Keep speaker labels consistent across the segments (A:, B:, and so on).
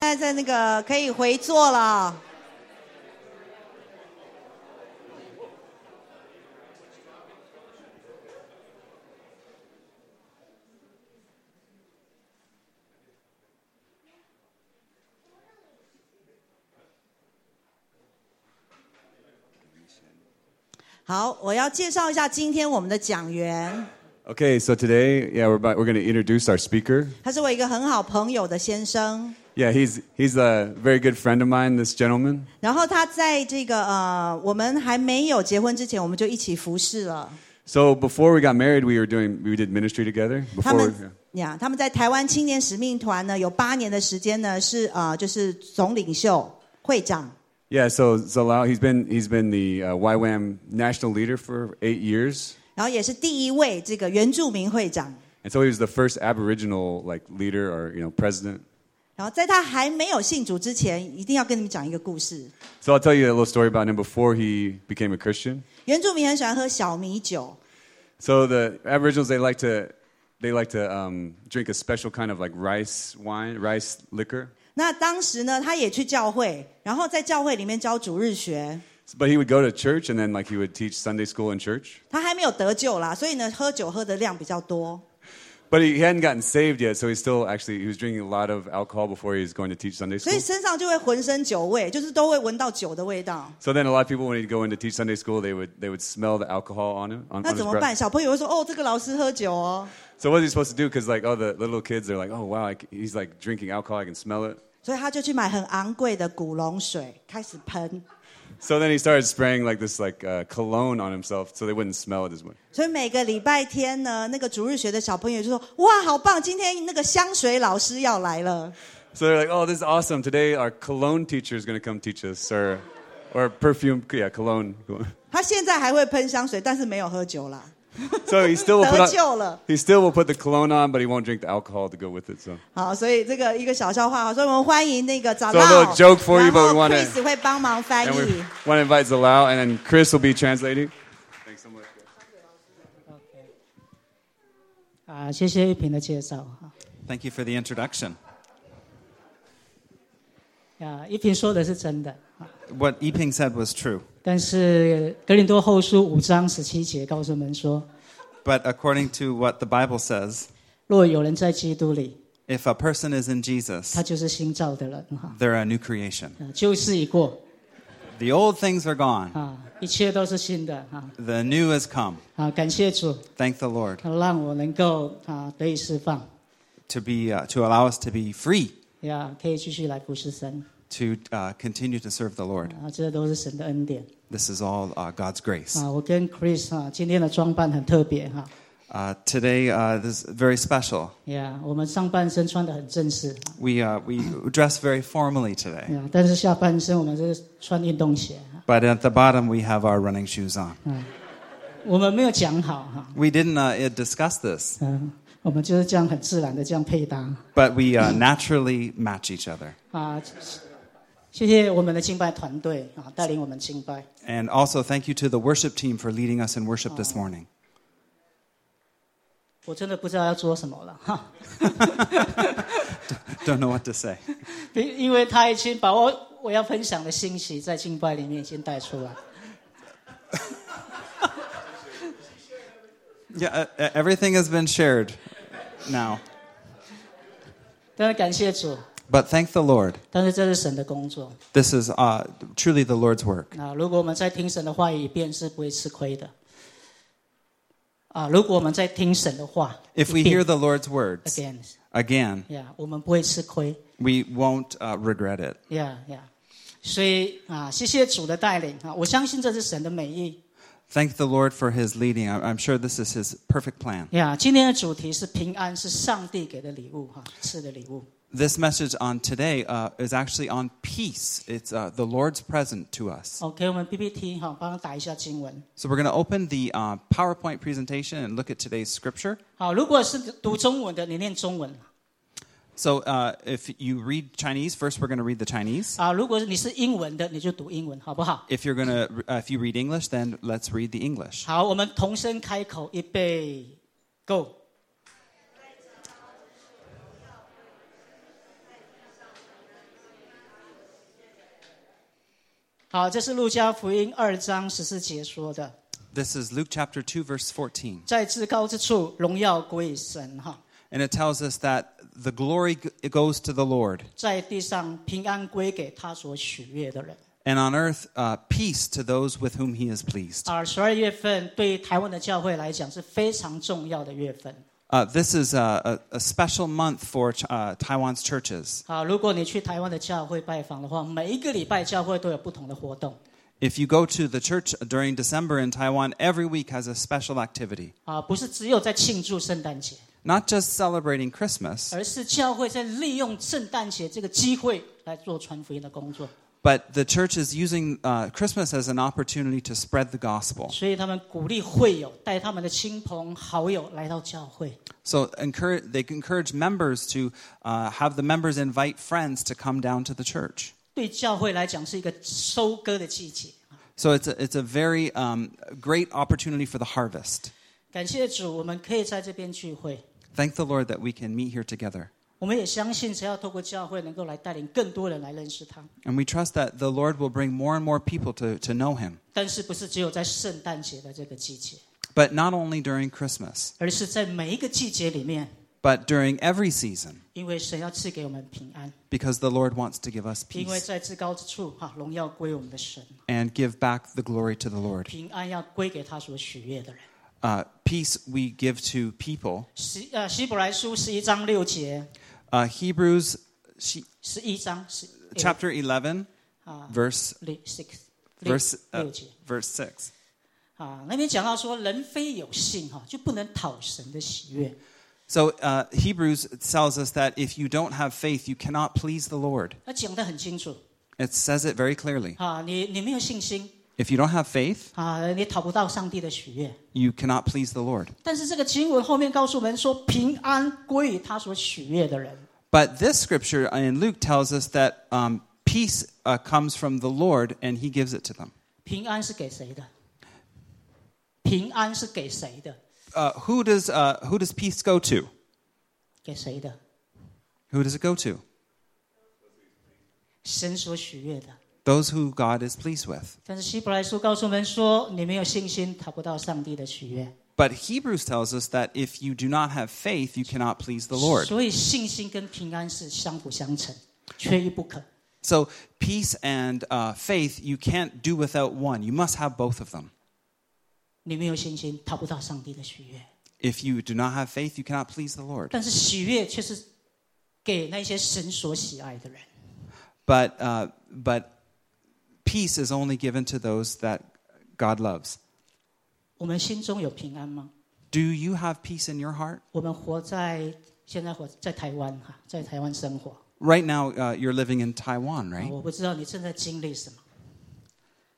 A: 现在那个可以回座了。好，我要介绍一下今天我们的讲员，
B: Okay, so today, yeah, we're about, we're going to introduce our speaker.
A: 他是我一个很好朋友的先生。
B: Yeah, he's he's a very good friend of mine. This gentleman.
A: 然后他在这个呃，我们还没有结婚之前，我们就一起服侍了。
B: So before we got married, we were doing we did ministry together.
A: 他
B: Before,
A: 们
B: yeah.
A: 呀他们在台湾青年使命团呢，有八年的时间呢，是呃，就是总领袖会长。
B: yeah. So Zalal, he's been he's been the uh, YWAM national leader for eight years,
A: 然后也是第一位这个原住民会长。
B: and so he was the first Aboriginal like leader or you know president.
A: 然后在他还没有信主之前，一定要跟你们讲一个故事。
B: So I'll tell you a little story about him before he became a Christian.
A: 原住民很喜欢喝小米酒，
B: So the Aboriginals they like to they like to um, drink a special kind of like rice wine, rice liquor.
A: 那当时呢，他也去教会，然后在教会里面教主日学。
B: But he would go to church and then like he would teach Sunday school in church.
A: 他还没有得救啦，所以呢，喝酒喝的量比较多。
B: But he, he hadn't gotten saved yet, so he still actually he was drinking a lot of alcohol before he was going to teach Sunday
A: 所以
B: school.
A: 身上就会浑身酒味，就是都会闻到酒的味道。
B: So then a lot of people when he'd go in to teach Sunday school, they would they would smell the alcohol on him on,
A: 那
B: on
A: 怎
B: his
A: 么办？
B: breath.
A: 小朋友会说：“哦，这个老师喝酒哦。
B: So what is he supposed to do? Because like oh the little kids they're like oh wow I c he's like drinking alcohol I can smell it. ”
A: 所以他就去买很昂贵的古龙水，开始喷。
B: So then he started spraying like this like uh, cologne on himself so they wouldn't smell it as much.
A: 所以每个礼拜天呢，那个主日学的小朋友就说：“哇，好棒！今天那个香水老师要来了。
B: So they're like oh this is awesome today our cologne teacher is going to come teach us or or perfume yeah cologne. ”
A: 他现在还会喷香水，但是没有喝酒啦，
B: So he still will put
A: 得
B: on,
A: 救了。
B: He still will put the cologne on, but he won't drink the alcohol to go with it. So,
A: 好，所以这个一个小笑话，所以我们欢迎那个早
B: So a
A: 到
B: little joke for you,
A: 然
B: but we
A: 后
B: wanna-
A: Chris 会帮忙翻
B: and we
A: 译。
B: want to invite Zalal, and then Chris will be translating. Thanks so much.
C: OK，啊，谢谢玉萍的介绍哈。
D: Thank you for the introduction.
C: 啊，玉萍说的是真的啊，
D: What Yiping said was true,
C: 但是《格林多后书》五章十七节告诉我们说，
D: but according to what the Bible says,
C: 若有人在基督里，
D: if a person is in Jesus,
C: 他就是新造的人哈。
D: they're a new creation.
C: 啊，旧事已过
D: The old things are gone,
C: 啊，一切都是新的啊
D: the new has come.
C: 啊！感谢主，
D: Thank the Lord
C: 他让我能够啊得以释放，
D: to be uh, to allow us to be free
C: 呀，可以继续来服侍神
D: to uh, continue to serve the Lord.
C: 啊，这都是神的恩典
D: This is all uh, God's grace.
C: 啊！我跟 Chris 啊，今天的装扮很特别哈，
D: Uh, today uh, this is very special.
C: 呀，我们上半身穿的很正式啊。
D: We uh, we dress very formally today,
C: 啊，但是下半身我们是穿运动鞋啊，
D: but at the bottom we have our running shoes on.
C: 我们没有讲好哈，
D: We didn't uh, discuss this,
C: 嗯，我们就是这样很自然的这样配搭
D: but we uh, naturally match each other.
C: 啊。谢谢我们的敬拜团队啊，带领我们敬拜。
D: And also, thank you to the worship team for leading us in worship this morning.
C: 我真的不知道要做什么了哈，
D: Don't know what to say.
C: 因因为他已经把我我要分享的信息在敬拜里面已经带出来。
D: Yeah, uh, uh, everything has been shared now.
C: 但是感谢主，
D: But thank the Lord.
C: 但是这是神的工作
D: This is uh, truly the Lord's work.
C: 啊。如果我们在听神的话语，便是不会吃亏的啊。如果我们在听神的话
D: If we
C: 一遍
D: hear the Lord's words
C: again。
D: again,
C: Yeah，我们不会吃亏。
D: we won't uh, regret it.
C: Yeah, yeah。所以啊，谢谢主的带领啊，我相信这是神的美意。
D: Thank the Lord for his leading. I- I'm sure this is his perfect plan.
C: Yeah，今天的主题是平安，是上帝给的礼物哈、赐的礼物。
D: This message on today uh, is actually on peace. It's uh, the Lord's present to us.
C: OK，我们 PPT 哈、帮他打一下经文。
D: So we're going to open the uh, PowerPoint presentation and look at today's scripture.
C: 好，如果是读中文的，你念中文
D: So uh, if you read Chinese, first we're going to read the Chinese.
C: 啊；如果你是英文的，你就读英文，好不好？
D: If you're going to, uh, if you read English, then let's read the English.
C: 好，我们同声开口，预备，Go。好，这是路加福音二章十四节说的，
D: This is Luke chapter 2, verse 14.
C: 在至高之处，荣耀归于神哈，
D: And it tells us that the glory g- it goes to the Lord,
C: 在地上平安归给他所喜悦的人。
D: and on earth, uh, peace to those with whom he is pleased.
C: 啊，十二月份对于台湾的教会来讲是非常重要的月份。
D: Uh, this is a, a, a special month for Ch- uh, Taiwan's churches.
C: 啊，如果你去台湾的教会拜访的话，每一个礼拜教会都有不同的活动。
D: If you go to the church during December in Taiwan, every week has a special activity.
C: 啊，不是只有在庆祝圣诞节，
D: Not just celebrating Christmas,
C: 而是教会在利用圣诞节这个机会来做传福音的工作。
D: but the church is using uh, Christmas as an opportunity to spread the gospel.
C: 所以他们鼓励会友带他们的亲朋好友来到教会。
D: So encourage, they encourage members to uh, have the members invite friends to come down to the church.
C: 对教会来讲是一个收割的季节。啊
D: So it's a, it's a very um, great opportunity for the harvest.
C: 感谢主，我们可以在这边聚会。
D: Thank the Lord that we can meet here together.
C: 我们也相信，只要透过教会，能够来带领更多人来认识他。
D: And we trust that the Lord will bring more and more people to, to know him,
C: 但是不是只有在圣诞节的这个季节，
D: but not only during Christmas,
C: 而是在每一个季节里面，
D: but during every season,
C: 因为神要赐给我们平安，
D: because the Lord wants to give us
C: 因为
D: peace
C: 在至高之处，哈、荣耀归我们的神，
D: and give back the glory to the Lord.
C: 平安要归给他所许愿的人。
D: Uh, peace we give to people.
C: 十呃，希伯来书十一章六节，
D: Uh, Hebrews she,
C: 十一章十
D: chapter 11, verse
C: 六 six 六
D: verse 呃
C: 六节
D: verse six.
C: 啊，那边讲到说，人非有信哈、就不能讨神的喜悦。
D: So uh, Hebrews tells us that if you don't have faith, you cannot please the Lord.
C: 他讲得很清楚
D: It says it very clearly.
C: 啊，你你没有信心
D: If you don't have faith,
C: 啊，你讨不到上帝的喜悦。
D: you cannot please the Lord.
C: 但是这个经文后面告诉我们说，平安归于他所喜悦的人。
D: But this scripture in Luke tells us that um, peace uh, comes from the Lord, and He gives it to them.
C: 平安是给谁的？平安是给谁的？
D: Uh, who does uh, who does peace go to?
C: 给谁的？
D: Who does it go to?
C: 神所许悦的。
D: Those who God is pleased with.
C: 但是希伯来书告诉我们说，你没有信心，讨不到上帝的喜悦。
D: But Hebrews tells us that if you do not have faith, you cannot please the Lord.
C: 所以信心跟平安是相辅相成，缺一不可。
D: So peace and uh, faith, you can't do without one. You must have both of them.
C: 你没有信心，讨不到上帝的喜悦。
D: If you do not have faith, you cannot please the Lord.
C: 但是喜悦却是给那些神所喜爱的人。
D: But uh, but peace is only given to those that God loves.
C: 我们心中有平安吗？
D: Do you have peace in your heart?
C: 我们活在现在活在台湾哈，在台湾生活，
D: Right now, uh, you're living in Taiwan, right?
C: 我不知道你正在经历什么，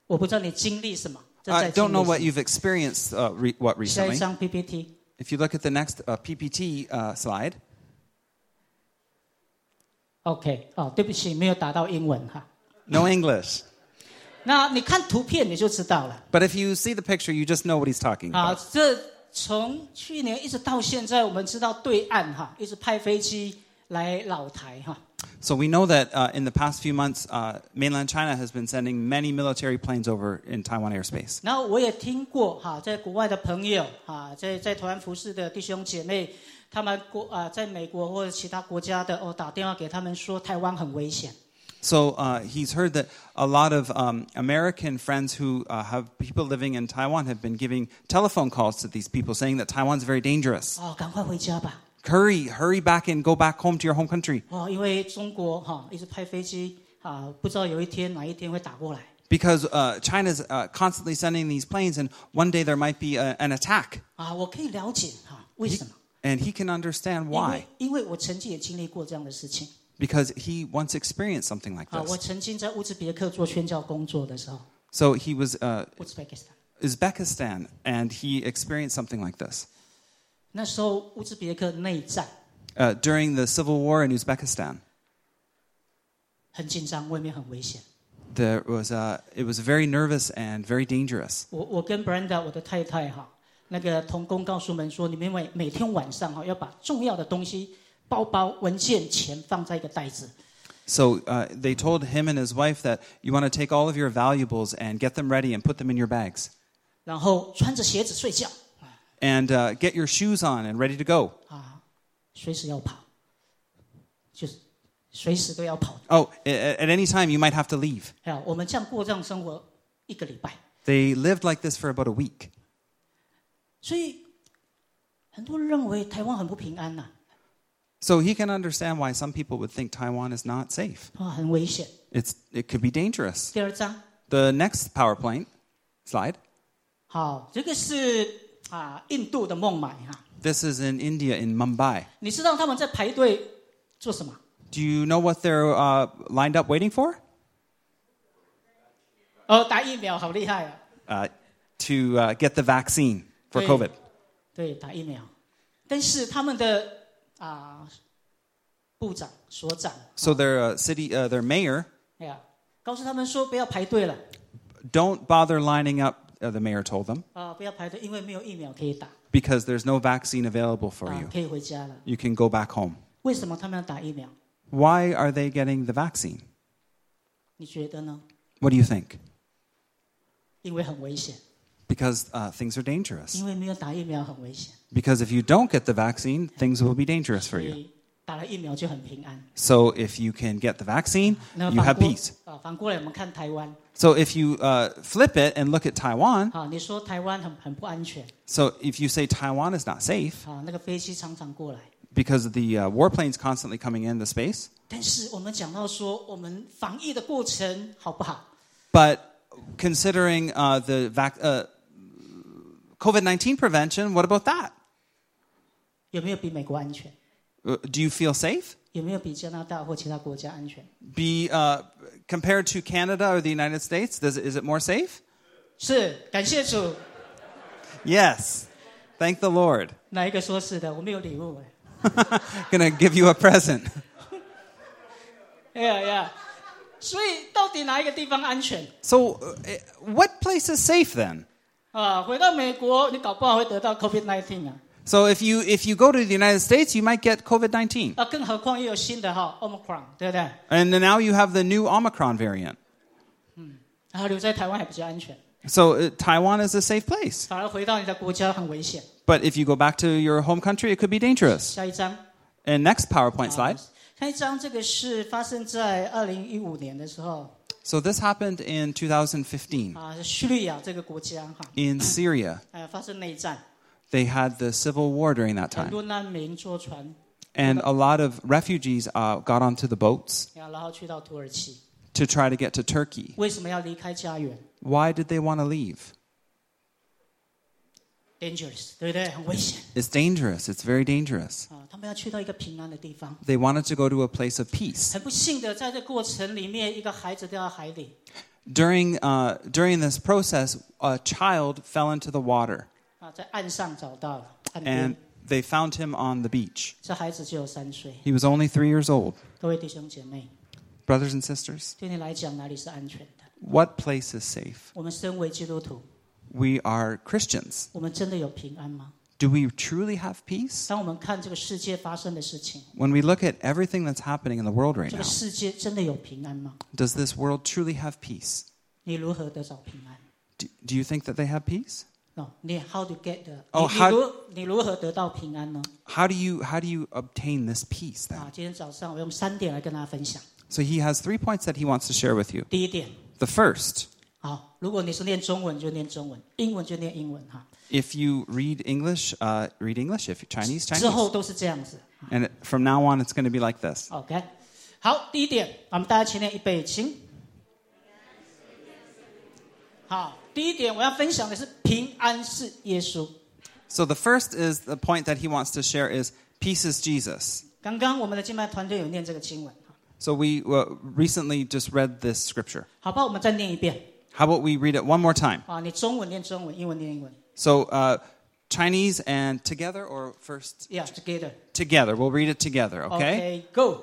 C: 我不知道你经历什么，正
D: I
C: 在经历
D: don't
C: 什
D: know what
C: 么。
D: you've experienced. Uh, re- what
C: 下一
D: recently?
C: 张 PPT，
D: If you look at the next uh, PPT uh, slide,
C: OK，哦，对不起，没有打到英文哈。
D: no English.
C: 那你看图片你就知道了
D: But if you see the picture, you just know what he's talking
C: 啊
D: about.。
C: 这从去年一直到现在，我们知道对岸哈一直派飞机来老台哈，
D: So we know that uh, in the past few months, uh, mainland China has been sending many military planes over in Taiwan airspace.
C: 然后我也听过哈，在国外的朋友哈，在在台湾服侍的弟兄姐妹，他们国啊、在美国或者其他国家的哦，打电话给他们说台湾很危险。
D: So uh, he's heard that a lot of um, American friends who uh, have people living in Taiwan have been giving telephone calls to these people saying that Taiwan's very dangerous.
C: 哦，赶快回家吧！
D: Hurry, hurry back and go back home to your home country
C: 哦，因为中国哈、一直派飞机啊，不知道有一天哪一天会打过来
D: because uh, China's uh, constantly sending these planes, and one day there might be a, an attack.
C: 啊。我可以了解哈、为什么？
D: And he can understand
C: 因为
D: why
C: 因为我曾经也经历过这样的事情
D: because he once experienced something like
C: 啊。我
D: this.
C: 曾经在乌兹别克做宣教工作的时候，
D: So he was uh,
C: 乌兹别克斯坦
D: Uzbekistan, and he experienced something like this
C: 那时候乌兹别克内战
D: uh, during the civil war in Uzbekistan.
C: 很紧张，外面很危险。
D: There was uh, it was very nervous and very dangerous.
C: 我我跟 Brenda 我的太太哈，那个童工告诉我们说，你们每每天晚上哈要把重要的东西、包包、文件、钱放在一个袋子，
D: So uh, they told him and his wife that you want to take all of your valuables and get them ready and put them in your bags
C: 然后穿着鞋子睡觉
D: and uh, get your shoes on and ready to go.
C: 啊，随时要跑，就是随时都要跑。
D: Oh, a- a- at any time you might have to leave.
C: 哎呀，我们这样过这样生活一个礼拜，
D: They lived like this for about a week.
C: 所以很多人认为台湾很不平安呐、
D: So he can understand why some people would think Taiwan is not safe.
C: 啊，很危险。
D: It's, it could be dangerous.
C: 第二章，
D: The next PowerPoint slide.
C: 好，这个是啊印度的孟买哈、
D: This is in India, in Mumbai.
C: 你知道他们在排队做什么？
D: Do you know what they're uh, lined up waiting for?
C: 哦，打疫苗好厉害啊！
D: Uh, to uh, get the vaccine for
C: Hey.
D: COVID.
C: 对，打疫苗，但是他们的啊、部长、所长，
D: So their uh, city, uh, their mayor,
C: 哎呀，告诉他们说不要排队了
D: don't bother lining up. Uh, the mayor told them
C: 啊、不要排队，因为没有疫苗可以打，
D: because there's no vaccine available for
C: 啊、
D: you.
C: 可以回家了。
D: You can go back home.
C: 为什么他们要打疫苗？
D: Why are they getting the vaccine?
C: 你觉得呢？
D: What do you think?
C: 因为很危险，
D: Because uh, things are dangerous.
C: 因为没有打疫苗很危险，
D: Because if you don't get the vaccine, things will be dangerous
C: 所
D: for you.
C: 以打了疫苗就很平安。
D: So if you can get the vaccine,
C: 那
D: you
C: 反
D: have
C: 过
D: peace.
C: 啊，反过来我们看台湾
D: So if you uh, flip it and look at Taiwan,
C: 啊，你说台湾很很不安全
D: so if you say Taiwan is not safe
C: 啊，那个飞机常常过来。
D: because of the uh, warplanes constantly coming in the space,
C: 但是我们讲到说，我们防疫的过程好不好？
D: but considering uh, the vac- uh, COVID 19 prevention, what about that?
C: 有没有比美国安全？
D: Uh, do you feel safe?
C: 有没有比加拿大或其他国家安全？
D: Be uh, compared to Canada or the United States, does, is it more safe?
C: 是，感谢主。
D: Yes. Thank the Lord.
C: 哪一个说是的？我们有礼物哎。
D: Gonna give you a present.
C: 哎呀呀！所以到底哪一个地方安全
D: So, uh, eh, what place is safe then?
C: 啊？回到美国，你搞不好会得到 COVID-19 啊！
D: So if you if you go to the United States, you might get COVID nineteen,
C: 啊，更何况又有新的哈 Omicron，对不对？
D: and then now you have the new Omicron variant.
C: 然后留在台湾还比较安全，
D: So uh, Taiwan is a safe place,
C: 反而回到你的国家很危险。
D: but if you go back to your home country, it could be dangerous.
C: 下一张，
D: And next PowerPoint
C: 啊
D: slide.
C: 下一张这个是发生在二零一五年的时候
D: So this happened in 2015
C: 啊，叙利亚这个国家哈，
D: in Syria.
C: 呃，发生内战，
D: They had the civil war during that
C: 很
D: time,
C: 多难民坐船，
D: and a lot of refugees uh, got onto the boats
C: 然后去到土耳其。
D: to try to get to Turkey.
C: 为什么要离开家园
D: Why did they want to leave?
C: ？Dangerous，对不对？很危险
D: It's dangerous. It's very dangerous.
C: 啊！他们要去到一个平安的地方。
D: They wanted to go to a place of peace.
C: 很不幸的，在这过程里面，一个孩子掉到海里，
D: During, uh, during this process, a child fell into the water
C: 啊，在岸上找到了岸边
D: and。they found him on the beach.
C: 这孩子只有三岁。
D: He was only three years old.
C: 各位弟兄姐妹，
D: Brothers and sisters,
C: 对你来讲，哪里是安全的？
D: what place is safe?
C: 我们身为基督徒，
D: We are Christians.
C: 我们真的有平安吗？
D: Do we truly have peace?
C: 当我们看这个世界发生的事情，
D: When we look at everything that's happening in the world right
C: 这个
D: now,
C: 世界真的有平安吗？
D: does this world truly have peace?
C: 你如何得着平安
D: Do, do you think that they have peace?
C: ？No，你 how to get the？
D: 哦
C: 你
D: how-
C: 你如你如何得到平安呢？
D: How do you, how do you obtain this peace then?
C: 啊，今天早上我用三点来跟大家分享。
D: So he has three points that he wants to share with you.
C: 第一点，
D: The first,
C: 好，如果你是念中文就念中文，英文就念英文哈，
D: if you read English, uh, read English. If you're Chinese,
C: 之后
D: Chinese.
C: 都是这样子。
D: And it- from now on, it's going to be like this.
C: OK，好，第一点，我们大家前面一备，请。好，第一点我要分享的是平安是耶稣。
D: So the first is the point that he wants to share is peace is Jesus.
C: 刚刚我们的敬拜团队有念这个经文，
D: So we uh, recently just read this scripture.
C: 好不好？我们再念一遍
D: How about we read it one more time?
C: 啊！你中文念中文，英文念英文
D: So uh, Chinese and together, or first
C: ，Yeah, together.
D: together. We'll read it together. Okay.
C: go.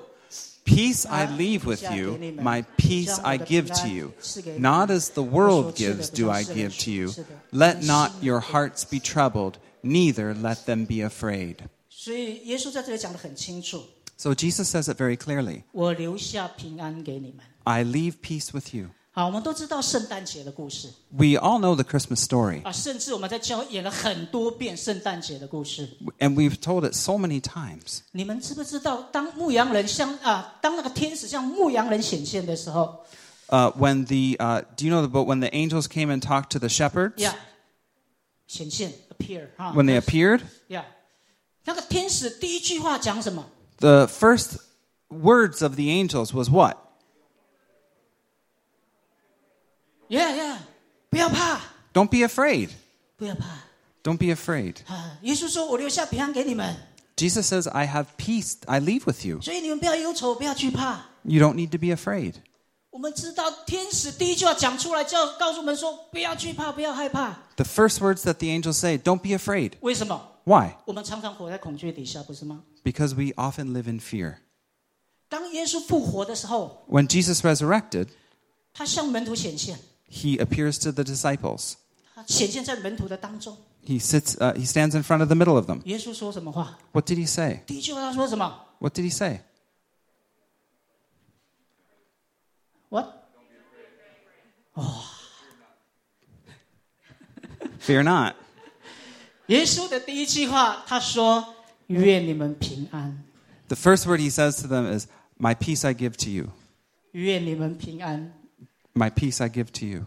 D: Peace I leave with you, my peace I give to you. Not as the world gives, do I give to you. Let not your hearts be troubled, neither let them be afraid.
C: 所以耶稣在这里讲的很清楚，
D: So Jesus says it very clearly
C: 我留下平安给你们。
D: I leave peace with you.
C: 好，我们都知道圣诞节的故事
D: We all know the Christmas story,
C: 啊，甚至我们在教演了很多遍圣诞节的故事。
D: and we've told it so many times.
C: 你们知不知道，当牧羊人像啊，当那个天使向牧羊人显现的时候，
D: Uh, when the uh, do you know the but when the angels came and talked to the shepherds
C: 呀、显现 appear 哈、
D: when they appeared,
C: Yeah，那个天使第一句话讲什么？
D: the first words of the angels was what?
C: Yeah, yeah，不要怕，
D: Don't be afraid.
C: 不要怕
D: Don't be afraid.
C: 啊！耶稣说：“我留下平安给你们，
D: Jesus says, "I have peace. I leave with you.
C: 所以你们不要忧愁，不要惧怕。
D: You don't need to be afraid." ”
C: 我们知道天使第一句话讲出来，叫告诉我们说：“不要惧怕，不要害怕。
D: The first words that the angels say, "Don't be afraid." ”
C: 为什么？
D: Why?
C: 我们常常活在恐惧底下，不是吗？
D: Because we often live in fear.
C: 当耶稣复活的时候，
D: When Jesus resurrected,
C: 他向门徒显现，
D: he appears to the disciples.
C: 他显现在门徒的当中。
D: He sits. Uh, he stands in front of the middle of them.
C: 耶稣说什么话？
D: What did he say?
C: 第一句话他说什么
D: What did he say?
C: ？What？
D: Fear not.
C: 耶稣的第一句话他说：“愿你们平安，
D: The first word he says to them is, "My peace I give to you.
C: 愿你们平安。”
D: My peace I give to you.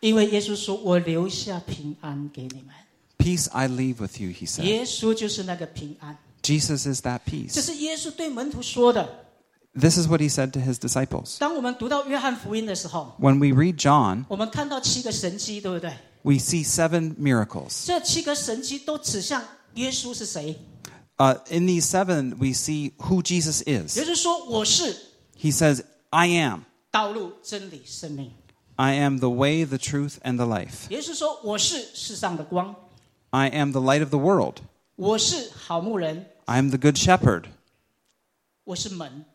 C: 因为耶稣说：“我留下平安给你们。
D: Peace I leave with you," he ” said.
C: 耶稣就是那个平安，
D: Jesus is that
C: 这
D: peace.
C: 是耶稣对门徒说的。
D: This is what he said to his disciples.
C: 当我们读到约翰福音的时候，
D: When we read John,
C: 我们看到七个神迹，对不对？
D: we see seven miracles.
C: 这七个神迹都指向耶稣是谁？
D: Uh, in these seven, we see who Jesus
C: 耶
D: is.
C: 稣说：“我是
D: He says, I am.
C: 道路、真理、生命。
D: I am the way, the truth, and the life. ”
C: 耶稣说：“我是世上的光，
D: I am the light of the world.
C: 我是好牧人，
D: I am the good shepherd.
C: 我是门。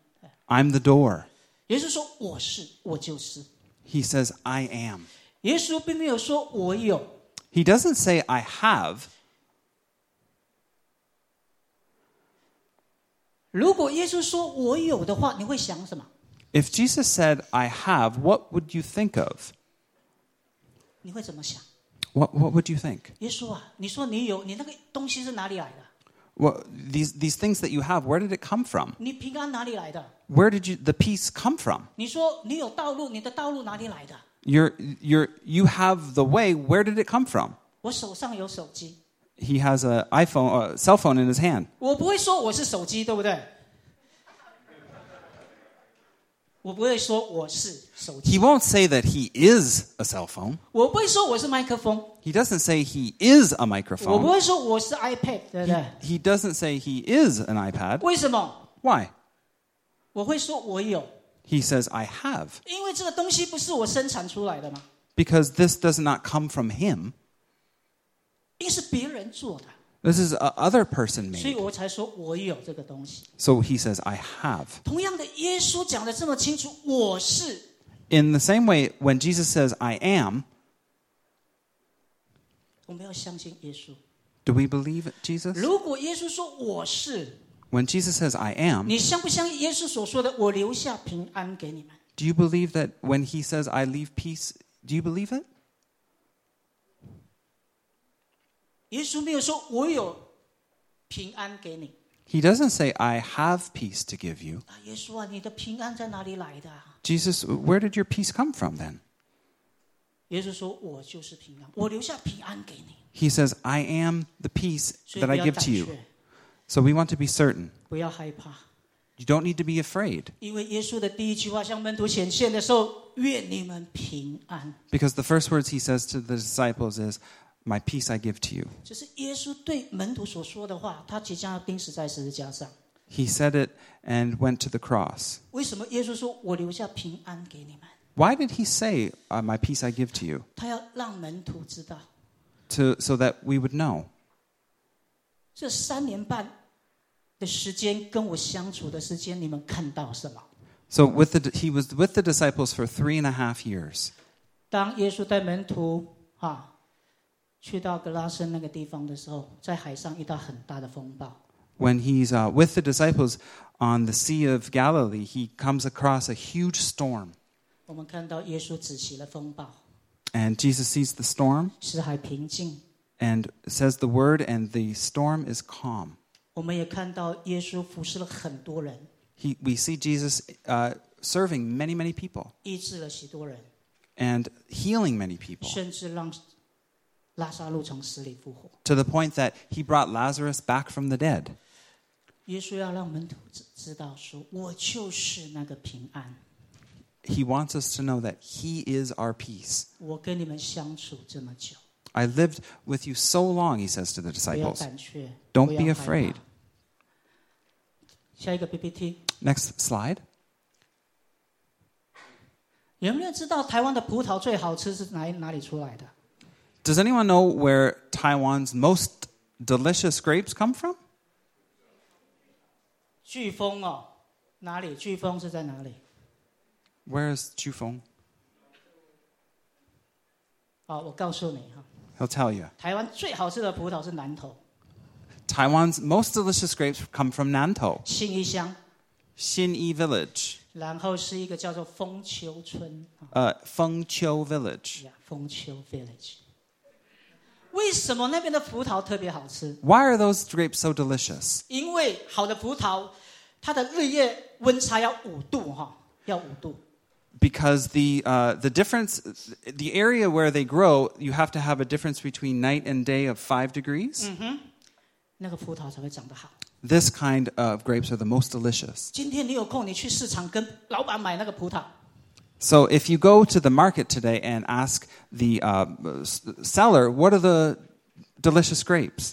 D: I'm the door. ”
C: 耶稣说：“我是，我就是。
D: He says, I am. ”
C: 耶稣并没有说“我有
D: He doesn't say, I have. ”。
C: 如果耶稣说“我有”的话，你会想什么？
D: If Jesus said, I have, what would you think of?
C: 你会怎么想？
D: What, what would you think?
C: 耶稣啊，你说你有，你那个东西是哪里来的？
D: What, these, these things that you have, where did it come from?
C: 你平安哪里来的？
D: Where did you, the peace come from?
C: 你说你有道路，你的道路哪里来的？
D: You're, you're, you have the way, where did it come from?
C: 我手上有手机，
D: He has a iPhone, a cell phone in his hand.
C: 我不会说我是手机，对不对？我不会说我是手
D: He
C: 机，
D: won't say that he is a cell phone.
C: 我不会说我是麦克风，
D: He doesn't say he is a
C: 我不
D: microphone.
C: 会说我是 iPad，对不对？
D: He doesn't say he is an iPad.
C: 为什么？
D: Why?
C: 我会说我有，
D: He says, I have.
C: 因为这个东西不是我生产出来的嘛，
D: Because this does not come from him.
C: 因为是别人做的，
D: This is a other person
C: 所以
D: made.
C: 我才说我有这个东西。
D: So he says, I have.
C: 同样的，耶稣讲的这么清楚，我是
D: In the same way, when Jesus says, I am,
C: 我们要相信耶稣。
D: do we believe Jesus?
C: 如果耶稣说我是，
D: When Jesus says, I am,
C: 你相不相信耶稣所说的“我留下平安给你们
D: do you believe that when he says, I leave peace, do you believe it? ”？
C: 耶稣没有说“我有平安给你
D: He doesn't say, I have peace to give you. ”。
C: 啊，耶稣啊，你的平安在哪里来的、啊？
D: Jesus, where did your peace come from then?
C: 耶稣说：“我就是平安，我留下平安给你。
D: He says, I am the peace ”
C: 所以
D: that
C: 不
D: I
C: 要
D: give
C: 胆
D: to you.
C: 怯，
D: So we want to be certain.
C: 不要害怕，
D: You don't need to be afraid.
C: 因为耶稣的第一句话向门徒显现的时候，愿你们平安。
D: Because the first words he says to the disciples is, My peace I give to you.
C: 这是耶稣对门徒所说的话，他即将要钉死在十字架上。
D: He said it and went to the cross.
C: 为什么耶稣说“我留下平安给你们
D: Why did he say, uh, My peace I give to you? ”？
C: 他要让门徒知道，
D: To, so that we would know.
C: 这三年半的时间跟我相处的时间，你们看到什么？
D: So with the, he was with the disciples for three and a half years.
C: 当耶稣带门徒啊去到格拉森那个地方的时候，在海上遇到很大的风暴，
D: when he's uh, with the disciples on the Sea of Galilee, he comes across a huge storm.
C: 我们看到耶稣止息了风暴，
D: And Jesus sees the storm
C: 使海平静。
D: and says the word, and the storm is calm.
C: 我们也看到耶稣服侍了很多人，
D: He, we see Jesus uh, serving many, many people
C: 医治了许多人，
D: and healing many people
C: 甚至让拉萨路从死里复活。
D: to the point that he brought Lazarus back from the dead.
C: 耶稣要让门徒知知道说，我就是那个平安，
D: He wants us to know that he is our peace.
C: 我跟你们相处这么久，
D: I lived with you so long, he says to the
C: 不要
D: disciples.
C: 胆怯
D: Don't
C: 不要害
D: be
C: 怕
D: afraid.
C: 下一个 PPT，
D: Next slide.
C: 有没有知道台湾的葡萄最好吃是哪哪里出来的？
D: Does anyone know where Taiwan's most delicious grapes come from?
C: 飓风哦，哪里？飓风是在哪里？
D: Where is Chufeng?
C: 好，哦我告诉你哈，
D: He'll tell you.
C: 台湾最好吃的葡萄是南投
D: Taiwan's most delicious grapes come from Nantou,
C: 信义乡，
D: Xinyi Village,
C: 然后是一个叫做丰丘村啊，
D: uh, Fengqiu Village.
C: 呀，丰丘 village。为什么那边的葡萄特别好吃？
D: Why are those grapes so delicious?
C: 因为好的葡萄，它的日夜温差要五度哈，要五度。
D: Because the, uh, the difference, the area where they grow, you have to have a difference between night and day of five degrees.
C: 那个葡萄才会长得好。
D: This kind of grapes are the most delicious.
C: 今天你有空，你去市场跟老板买那个葡萄，
D: So if you go to the market today and ask the uh, s- seller, what are the delicious grapes?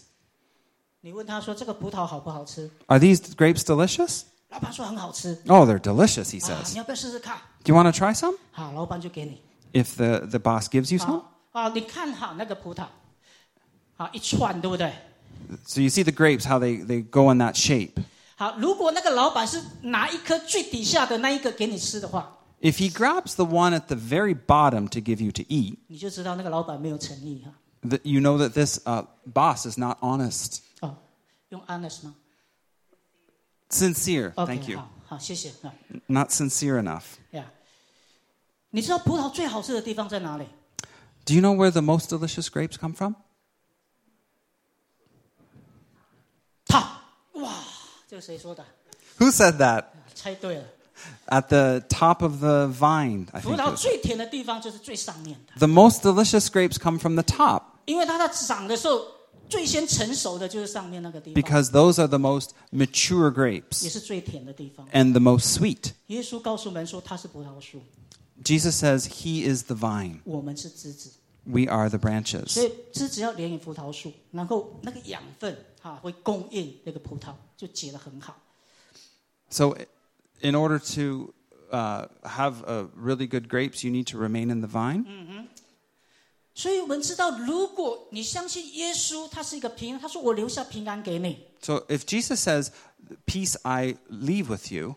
C: 你问他说这个葡萄好不好吃？
D: Are these grapes delicious?
C: 老板说很好吃，
D: Oh, they're delicious, he
C: 啊，
D: says.
C: 你要不要试试看？
D: Do you want to try some?
C: 好，老板就给你。
D: If the, the boss gives you some.
C: 啊啊，你看好那个葡萄，啊，一串对不对？
D: So you see the grapes, how they, they go in that shape.
C: 好，如果那个老板是拿一颗最底下的那一个给你吃的话，
D: If he grabs the one at the very bottom to give you to eat,
C: 你就知道那个老板没有诚意哈、
D: that you know that this uh, boss is not honest.
C: 哦，用 honest 吗
D: Sincere,
C: ？OK，
D: thank you.
C: 好，好，谢谢啊。
D: Not sincere enough.
C: 呀，你知道葡萄最好吃的地方在哪里？
D: Do you know where the most delicious grapes come from?
C: top，哇，这个谁说的？
D: Who said that?
C: 猜对了，
D: At the top of the vine, I
C: 葡
D: think. it
C: 萄
D: was.
C: 最甜的地方就是最上面的，
D: The most delicious grapes come from the top
C: 因为它在长的时候最先成熟的就是上面那个地方，
D: because those are the most mature
C: 也
D: grapes
C: 是最甜的地方。
D: and the most sweet.
C: 耶稣告诉门说他是葡萄树，
D: Jesus says, He is the vine,
C: 我们是枝子，
D: we are the
C: 所
D: branches.
C: 以枝子要连于葡萄树，然后那个养分哈、会供应那个葡萄，就结得很好。
D: So, in order to uh, have uh, really good grapes, you need to remain in the vine.
C: 所以我们知道，如果你相信耶稣，他是一个平安，他说我留下平安给你，
D: So, if Jesus says, Peace I leave with you,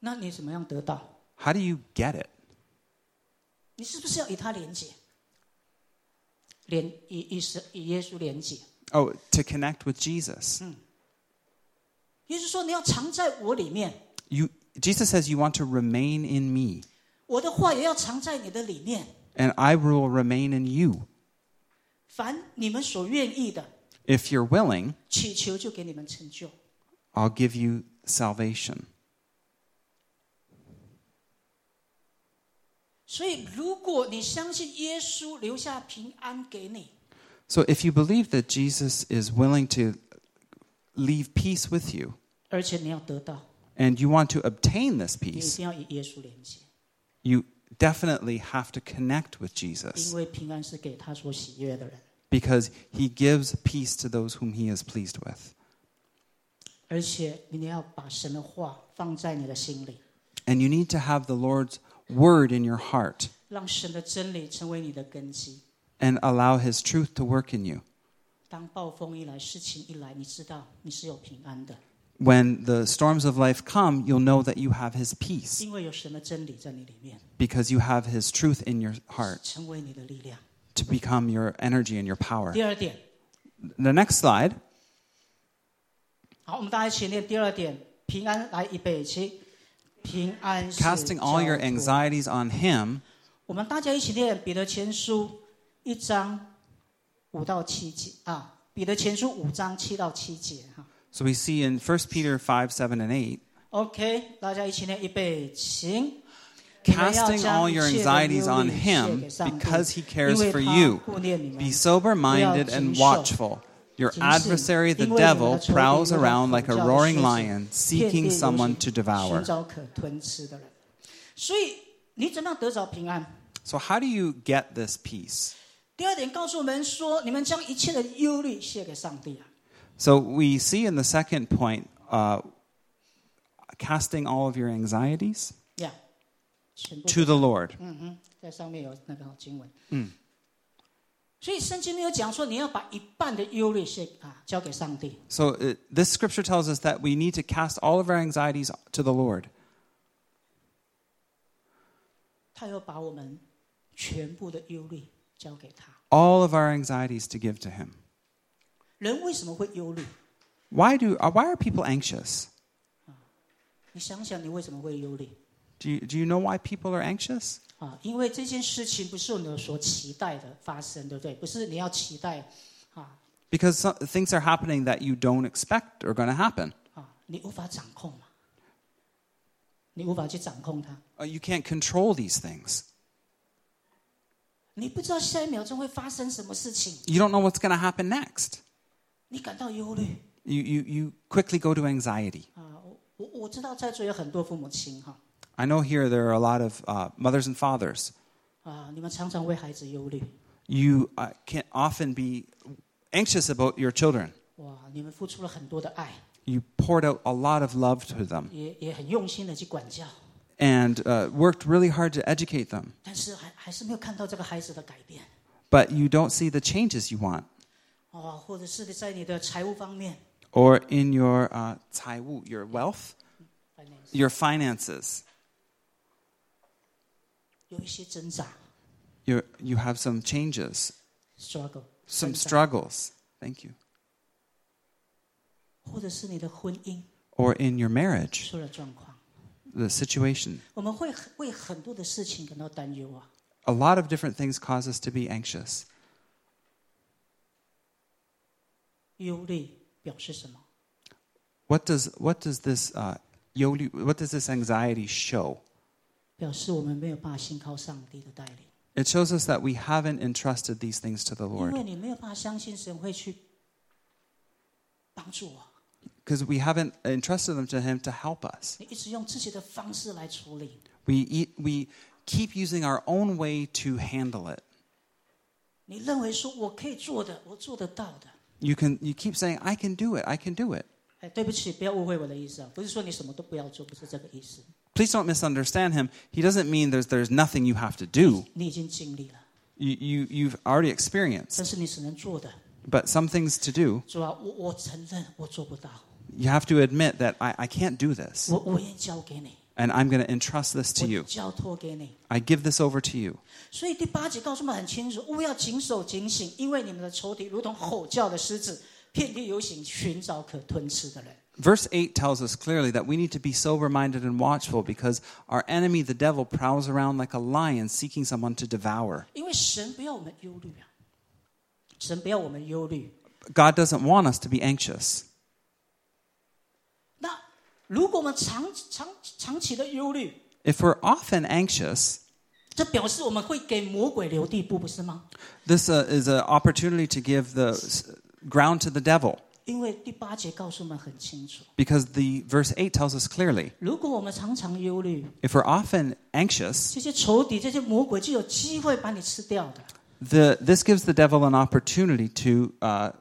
C: 那你怎么样得到？
D: how do you get it?
C: 你是不是要与他连接？连与与神与耶稣连接。
D: Oh, to connect with Jesus.
C: 耶稣说：“你要藏在我里面，
D: You, Jesus says, You want to remain in me,
C: 我的话也要藏在你的里面。
D: and I will remain in you.
C: 凡你们所愿意的，
D: If you're willing,
C: 祈求就给你们成就。
D: I'll give you salvation. ”
C: 所以，如果你相信耶稣留下平安给你，
D: So if you believe that Jesus is willing to leave peace with you,
C: 而且你要得到，
D: and you want to obtain this
C: 你一
D: peace,
C: 定要与耶稣连接，
D: you definitely have to connect with
C: 因
D: Jesus
C: 为平安是给他所喜悦的人，
D: because he gives peace to those whom he is pleased with.
C: 而且你要把神的话放在你的心里，
D: And you need to have the Lord's word in your heart
C: 让神的真理成为你的根基。
D: and allow his truth to work in you.
C: 当暴风一来，事情一来，你知道你是有平安的，
D: When the storms of life come, you'll know that you have his peace
C: 因为有神的真理在你里面，
D: because you have his truth in your heart
C: 成为你的力量。
D: to become your energy and your power.
C: 第二点，
D: The next slide
C: 好，我们大家一起念第二点：平安来一北七，平安是
D: casting all your
C: 交托
D: anxieties on Him.
C: 我们大家一起念《彼得前书》一章五到七节啊，《彼得前书》五章七到七节哈。
D: So we see in 1 Peter 5, 7, and 8,
C: OK，大家一起念一备，请。
D: casting all your anxieties on Him because He cares for you. Be sober minded and watchful. Your adversary, the devil, prowls around like a roaring lion, seeking someone to
C: 寻
D: devour.
C: 找可吞吃的人。所以你怎么样得着平安？
D: So, how do you get this peace?
C: 第二点告诉我们说，你们将一切的忧虑卸给上帝啊。
D: So, we see in the second point, uh, casting all of your anxieties
C: 呀、全部
D: to the Lord.
C: 嗯哼，在上面有那个经文。嗯。所以圣经没有讲说你要把一半的忧虑卸啊交给上帝，
D: So, uh, this scripture tells us that we need to cast all of our anxieties to the Lord.
C: 他要把我们全部的忧虑交给他。
D: all of our anxieties to give to him.
C: 人为什么会忧虑？
D: Why do uh, why are people anxious?
C: 你想想，你为什么会忧虑？
D: Do you, do you know why people are anxious?
C: 啊，因为这件事情不是我们所期待的发生，对不对？不是你要期待，啊
D: Because so- things are happening that you don't expect are going to happen.
C: 啊，你无法掌控嘛，你无法去掌控它，
D: Uh, You can't control these things.
C: 你不知道下一秒钟会发生什么事情，
D: You don't know what's going to happen next.
C: 你感到忧虑
D: You, you, you quickly go to anxiety.
C: 啊。我我我知道在座有很多父母亲哈
D: I know here there are a lot of uh, mothers and fathers.
C: 啊，你们常常为孩子忧虑，
D: You uh, can often be anxious about your children.
C: 哇，你们付出了很多的爱，
D: You poured out a lot of love to them
C: 也也很用心的去管教，
D: and uh, worked really hard to educate them.
C: 但是还还是没有看到这个孩子的改变。
D: but you don't see the changes you want,
C: 哦，或者是在你的财务方面
D: or in your uh, 财务, your wealth,
C: ，finance，
D: your finances.
C: 有一些挣扎
D: You're, you have some changes,
C: ，struggle，挣
D: some
C: 扎
D: struggles. Thank you.
C: 或者是你的婚姻
D: Or in your marriage,
C: 出了状况，
D: the situation.
C: 我们会很为很多的事情感到担忧啊。
D: A lot of different things cause us to be anxious.
C: 忧虑表示什么？
D: What does what does this uh, 忧虑, what does this anxiety show?
C: 表示我们没有办法信靠上帝的带领，
D: It shows us that we haven't entrusted these things to the
C: 因为
D: Lord
C: 你没有办法相信神会去帮助我，
D: because we haven't entrusted them to Him to help us.
C: 你一直用自己的方式来处理，
D: We eat, we keep using our own way to handle it.
C: 你认为说我可以做的，我做得到的。
D: you can you keep saying i can do it i can do it
C: 哎，对不起，不要误会我的意思啊，不是说你什么都不要做，不是这个意思。
D: please don't misunderstand him he doesn't mean there's there's nothing you have to do
C: 你已经尽力了，
D: you, you you've already
C: 这
D: experienced
C: 是你所能做的，
D: but some things to do
C: 主啊，我我承认我做不到，
D: you have to admit that i, I can't do this
C: 我我愿意交给你，
D: and i'm going to entrust this to
C: 我
D: you
C: 交托给你。
D: i give this over to you
C: 所以第八节告诉我们很清楚，务要谨守警醒，因为你们的仇敌如同吼叫的狮子，遍地游行，寻找可吞吃的人。
D: verse 8 tells us clearly that we need to be sober minded and watchful because our enemy the devil prowls around like a lion seeking someone to devour
C: 因为神不要我们忧虑啊，神不要我们忧虑。
D: god doesn't want us to be anxious
C: 那如果我们长长长期的忧虑，
D: if we're often anxious
C: 这表示我们会给魔鬼留地步，不是吗？
D: This uh, is an opportunity to give the s- ground to the devil
C: 因为第八节告诉我们很清楚，
D: because the verse 8 tells us clearly
C: 如果我们常常忧虑，
D: if we're often anxious
C: 这些仇敌、这些魔鬼就有机会把你吃掉的。
D: the, this gives the devil an opportunity to uh,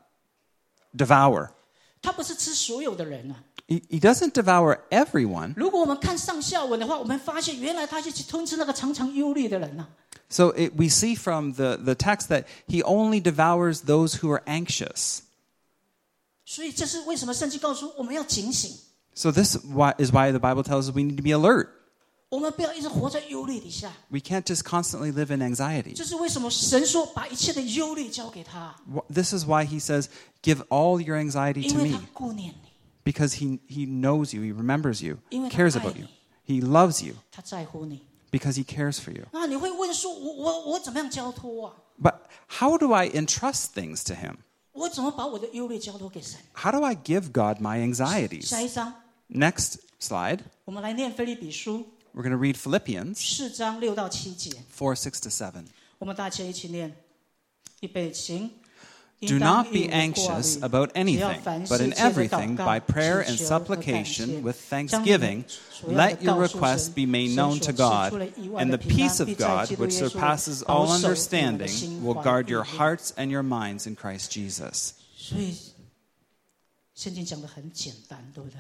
D: devour
C: 他不是吃所有的人啊。
D: he, he doesn't devour everyone
C: 如果我们看上下文的话，我们发现原来他就去吞吃那个常常忧虑的人呐、
D: so it, we see from the, the text that he only devours those who are anxious
C: 所以这是为什么圣经告诉我们要警醒，
D: so this why, is why the bible tells us we need to be alert
C: 我们不要一直活在忧虑底下。
D: we can't just constantly live in anxiety
C: 这是为什么神说把一切的忧虑交给他，
D: Wh- this is why he says give all your anxiety
C: 因
D: to
C: 为
D: me
C: 他顾念你，
D: because he, he knows you, he remembers you,
C: 因为他
D: cares about
C: 爱你。
D: you. He loves you
C: 他在乎你。
D: because he cares for you.
C: 那你会问说，我我我怎么样交托啊？
D: But how do I entrust things to him?
C: 我怎么把我的忧虑交托给神？
D: How do I give God my
C: 下
D: anxieties?
C: 一章，
D: Next slide,
C: 我们来念菲利比书
D: we're going to read Philippians
C: 四章六到七节，
D: 4 6 to 7.
C: 我们大家一起念。预备，行。
D: Do not be anxious
C: 应当一无挂虑
D: about
C: 只要
D: anything,
C: 凡
D: but
C: 事
D: in
C: 借着
D: everything,
C: 祷告
D: by prayer
C: 祈
D: and
C: 求和感谢
D: supplication, with
C: 将你
D: thanksgiving,
C: 所要的
D: let your
C: 告诉神
D: requests be made
C: 神
D: known
C: 所
D: to
C: 赐
D: God,
C: 出了意外
D: and
C: 的
D: the
C: 平安
D: peace
C: 必
D: of
C: 在
D: God,
C: 基督
D: which
C: 耶稣
D: surpasses
C: 保
D: all
C: 守你们的
D: understanding,
C: 心
D: will
C: 怀
D: guard
C: 不
D: your
C: 疑
D: hearts and your minds in Christ Jesus.
C: 所以，圣经讲的很简单，对不对？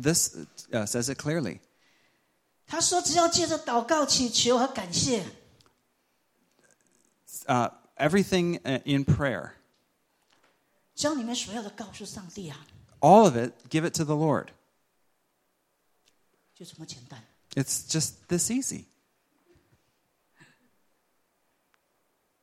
D: This uh, says it clearly.
C: 他说，只要借着祷告、祈求和感谢，
D: Uh, everything uh, in prayer,
C: 将你们所有的告诉上帝啊，
D: all of it, give it to the Lord.
C: 就这么简单。
D: It's just this easy.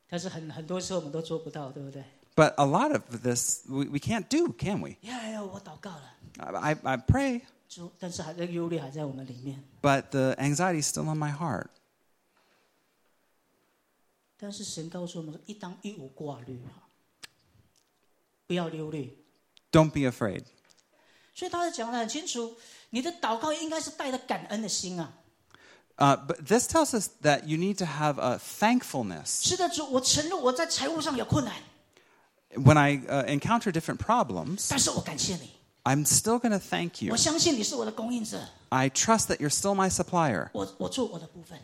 C: 但是很很多时候我们都做不到，对不对？
D: But a lot of this we, we can't do, can we?
C: 呀呀，我祷告了，
D: I, I, I pray,
C: 主，但是还在忧虑还在我们里面。
D: but the anxiety is still on my heart.
C: 但是神告诉我们说，一当一无挂虑哈，不要忧虑。
D: Don't be afraid.
C: 所以他就讲得很清楚，你的祷告应该是带着感恩的心啊。
D: Uh, but this tells us that you need to have a thankfulness.
C: 是的，主，我承认我在财务上有困难，
D: When I uh, encounter different problems,
C: 但是我感谢你，
D: I'm still going to thank you.
C: 我相信你是我的供应者，
D: I trust that you're still my supplier.
C: 我我做我的部分。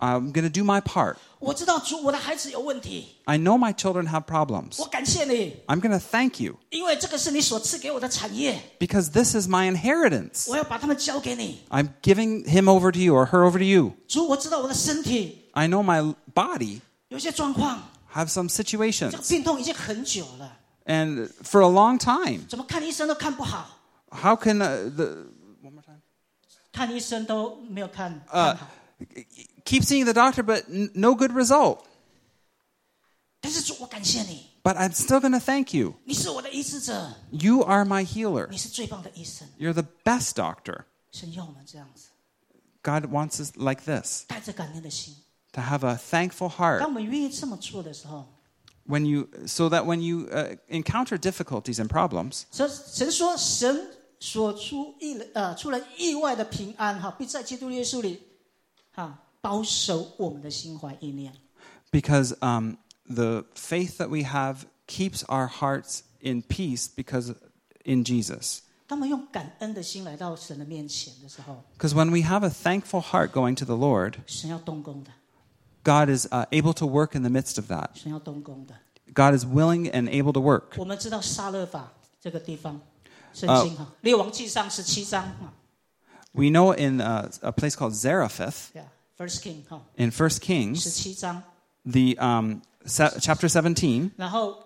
D: I'm going to do my part.
C: 我知道主，我的孩子有问题，
D: I know my children have problems.
C: 我感谢你，
D: I'm going to thank you
C: 因为这个是你所赐给我的产业，
D: because this is my inheritance.
C: 我要把他们交给你。
D: I'm giving him over to you or her over to you.
C: 主，我知道我的身体
D: I know my body
C: 有些状况，
D: have some
C: 这个
D: situations.
C: 病痛已经很久了，
D: And for a long time,
C: 怎么看医生都看不好，
D: how can uh, the,
C: 看医生都没有看
D: 呃
C: 看好。
D: keep seeing the doctor but n- no good result?
C: 但是主，我感谢你，
D: But I'm still going to thank you.
C: 你是我的医治者，
D: You are my healer.
C: 你是最棒的医生。
D: You're the best doctor.
C: 神要我们这样子，
D: God wants us like this
C: 带着感恩的心。
D: to have a thankful heart
C: 当我们愿意这么做的时候，
D: when you so that when you uh, encounter difficulties and problems,
C: 神神说，神所出意呃出了意外的平安哈，必在基督耶稣里哈保守我们的心怀意念。
D: because um, the faith that we have keeps our hearts in peace because in Jesus.
C: 当我们用感恩的心来到神的面前的时候，
D: Because when we have a thankful heart going to the Lord,
C: 神要动工的，
D: God is uh, able to work in the midst of that.
C: 神要动工的。
D: God is willing and able to work.
C: 我们知道撒勒法这个地方，圣
D: 呃
C: 经哈，列王记上十七章啊哈，
D: We know in uh, a place called Zarephath
C: 对啊，First King 哈，
D: in 1
C: 十
D: Kings,
C: 七章。
D: the um, se- chapter 17,
C: 然后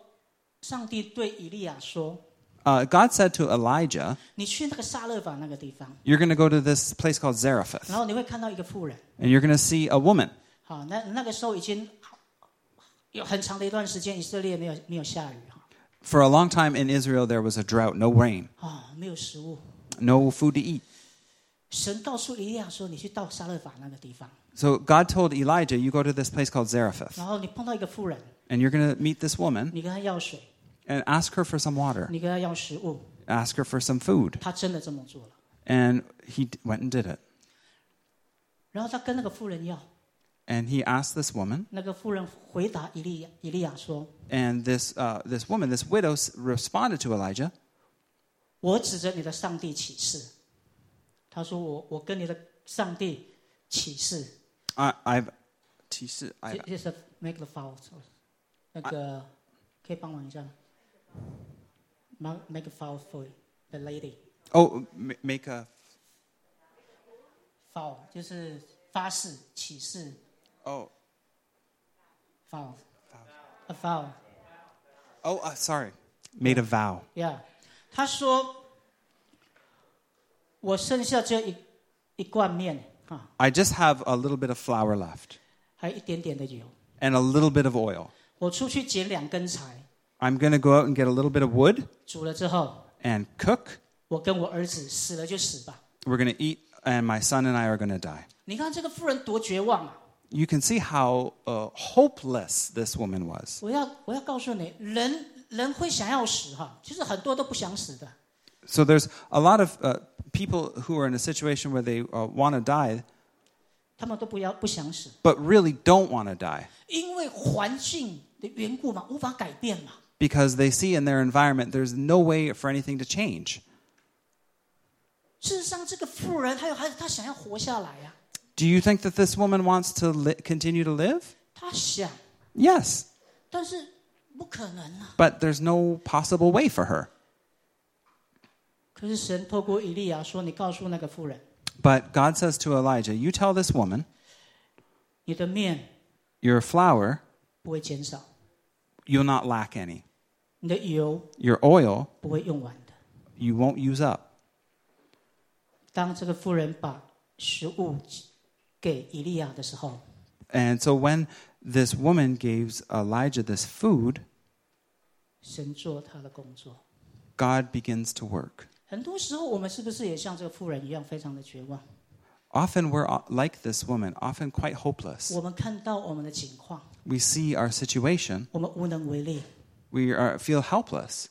C: 上帝对以利亚说
D: uh, God said to Elijah,：“
C: 你去那个撒勒法那个地方，
D: You're going to go to this place called
C: 然
D: Zarephath,
C: 后你会看到一个妇人。
D: and you're going to see a woman.
C: 好，那那个时候已经有很长的一段时间，以色列没有没有下雨哈，
D: For a long time in Israel, there was a drought, no rain,
C: 啊、没有食物。
D: no food to eat.
C: 神告诉以利亚说：你去到撒勒法那个地方，
D: So God told Elijah, You go to this place called Zarephath,
C: 然后你碰到一个妇人，
D: and you're going to meet this woman
C: 你跟她要水，
D: and ask her for some water,
C: 你跟她要食物。
D: ask her for some food.
C: 他真的这么做了。
D: And he d- went and did it.
C: 然后他跟那个妇人要，
D: And he asked this woman,
C: 那个妇人回答以利亚，以利亚说
D: and this, uh, this woman, this widow, s- responded to Elijah,：“
C: 我指着你的上帝起誓。”他说我：“我跟你的上帝起誓。
D: I, I've, 提示- I've,
C: j u s make the foul。那个可以帮忙一下吗？Ma- Make a foul for the lady。
D: oh, m- make a,
C: foul 就是发誓、起誓。
D: oh,
C: foul a foul
D: oh, uh, sorry, made a vow.
C: yeah。他说：“我剩下只有一一罐面啊，
D: I just have a little bit of flour left
C: 还有一点点的油。
D: and a little bit of oil.
C: 我出去捡两根柴，
D: I'm going to go out and get a little bit of wood
C: 煮了之后，
D: and cook
C: 我跟我儿子死了就死吧。
D: We're going to eat, and my son and I are going to die.
C: 你看这个妇人多绝望啊！
D: You can see how uh, hopeless this woman was.
C: 我要我要告诉你，人人会想要死哈，其实很多都不想死的。
D: So there's a lot of uh, people who are in a situation where they uh, want to die,
C: 他们都不要不想死，
D: but really don't want to die
C: 因为环境的缘故嘛，无法改变嘛。
D: because they see in their environment there's no way for anything to change.
C: 事实上，这个富人还有还有他想要活下来呀、啊，
D: Do you think that this woman wants to li- continue to live?
C: 他想，
D: Yes,
C: 但是不可能啊。
D: but there's no possible way for her.
C: 可是神透过以利亚说：“你告诉那个富人，
D: But God says to Elijah, You tell this woman,
C: 你的面
D: your flour,
C: 不会减少，
D: you'll not lack any.
C: 你的油
D: Your oil,
C: 不会用完的。
D: you won't use up. ”
C: 当这个妇人把食物给以利亚的时候，
D: And so when this woman gives Elijah this food,
C: 神做他的工作。
D: God begins to work.
C: 很多时候，我们是不是也像这个妇人一样，非常的绝望？
D: Often we're uh, like this woman, often quite hopeless.
C: 我们看到我们的情况，
D: We see our situation,
C: 我们无能为力，
D: we are, feel helpless,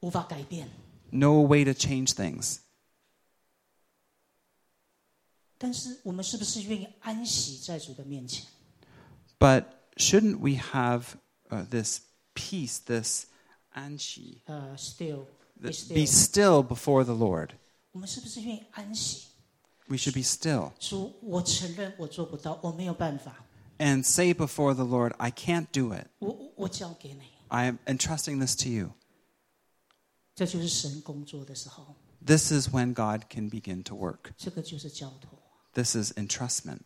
C: 无法改变。
D: no way to change things.
C: 但是，我们是不是愿意安息在主的面前？
D: But shouldn't we have uh, this peace, this anshi,
C: 呃，still，be
D: th-
C: still
D: be still before the Lord?
C: 我们是不是愿意安息？
D: We should be still
C: 主，我承认我做不到，我没有办法，
D: and say before the Lord, I can't do it.
C: 我我我交给你。
D: I am entrusting this to you.
C: 这就是神工作的时候，
D: This is when God can begin to work.
C: 这个就是交托。
D: This is entrustment.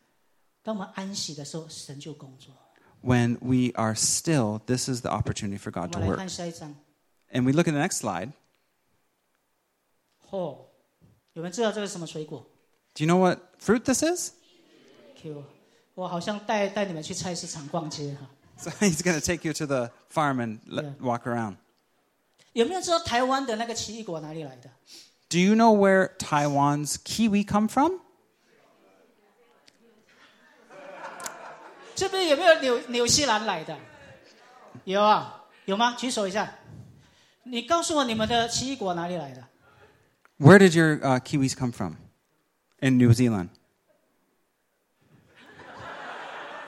C: 当我们安息的时候，神就工作。
D: When we are still, this is the opportunity for
C: 我
D: God to
C: 们来
D: work.
C: 看下一章。
D: And we look at the next slide.
C: 哦，有人知道这是什么水果
D: Do you know what fruit this is?
C: ？Q，我好像带带你们去菜市场逛街哈。
D: So he's going to take you to the farm and let,
C: Yeah.
D: walk around.
C: 有没有知道台湾的那个奇异果哪里来的？
D: Do you know where Taiwan's kiwi come from?
C: 这边有没有纽纽西兰来的？有啊，有吗？举手一下。你告诉我你们的奇异果哪里来的？
D: Where did your uh, kiwis come from? In New Zealand.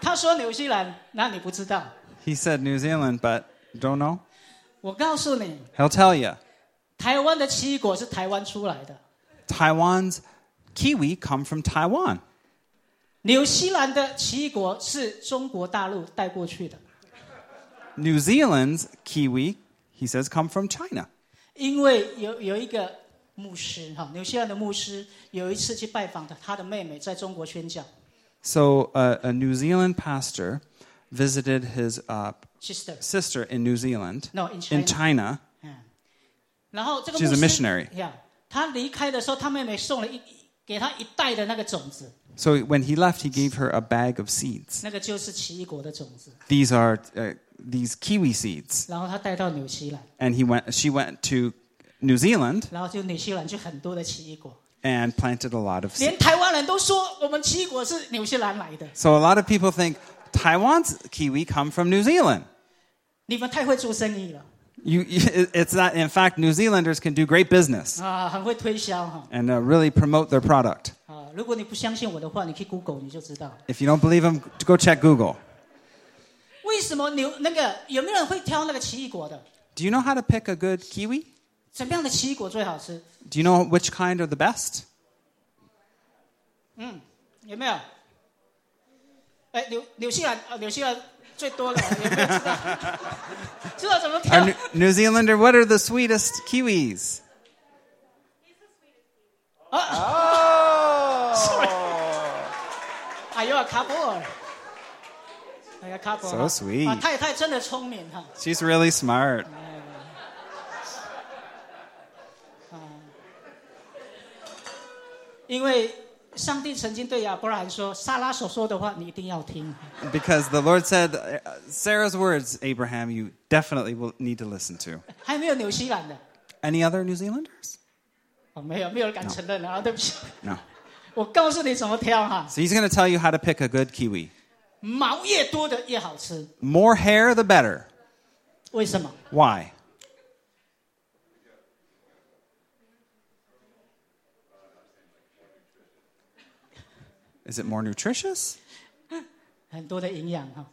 C: 他说纽西兰，那你不知道。
D: He said New Zealand, but don't know.
C: 我告诉你，
D: He'll tell you.
C: 台湾的奇异果是台湾出来的，
D: Taiwan's kiwi come from Taiwan.
C: 纽西兰的奇异果是中国大陆带过去的，
D: New Zealand's kiwi, he says, come from China.
C: 因为有有一个牧师哈，纽西兰的牧师有一次去拜访他他的妹妹在中国宣教
D: So uh, a New Zealand pastor visited his uh,
C: ，sister，
D: sister in New Zealand
C: No, in China.
D: in China.
C: 嗯，然后这个
D: She's a
C: 牧
D: missionary.
C: 师呀，他离开的时候，他妹妹送了一给他一袋的那个种子，
D: So when he left, he gave her a bag of seeds.
C: 那个就是奇异果的种子，
D: These are uh, these kiwi seeds,
C: 然后他带到纽西兰，
D: and he went. She went to New Zealand
C: 然后就纽西兰就很多的奇异果。
D: and planted a lot of seeds.
C: 连台湾人都说我们奇异果是纽西兰来的，
D: So a lot of people think Taiwan's kiwi come from New Zealand.
C: 你们太会做生意了
D: You, it's that in fact New Zealanders can do great business
C: 啊，很会推销哈
D: and uh, really promote their product.
C: 啊！如果你不相信我的话，你去 Google 你就知道
D: If you don't believe them, go check Google.
C: 为什么牛那个有没有人会挑那个奇异果的？
D: Do you know how to pick a good kiwi?
C: 怎么样的奇异果最好吃？
D: Do you know which kind are the best?
C: 有没有？哎，纽纽西兰啊，纽西兰最多了， 有没有知道？知道怎么
D: Our
C: 挑
D: New-？New Zealander, what are the sweetest kiwis?
C: Sorry 哎呦，卡布尔，哎呀，卡布尔
D: So sweet
C: 啊，太太真的聪明哈。
D: She's really smart.
C: 因为上帝曾经对亚伯拉罕说：“莎拉所说的话，你一定要听。
D: Because the Lord said, uh, Sarah's words, Abraham, you definitely will need to listen to. ”
C: 还没有纽西兰的，
D: Any other New Zealanders?
C: 哦，没有，没有人敢承认啊，对不起。
D: No.
C: 我告诉你怎么挑哈，
D: So he's going to tell you how to pick a good kiwi.
C: 毛越多的越好吃，
D: More hair, the better.
C: 为什么？
D: Why? Is it more nutritious?
C: 很多的营养哈。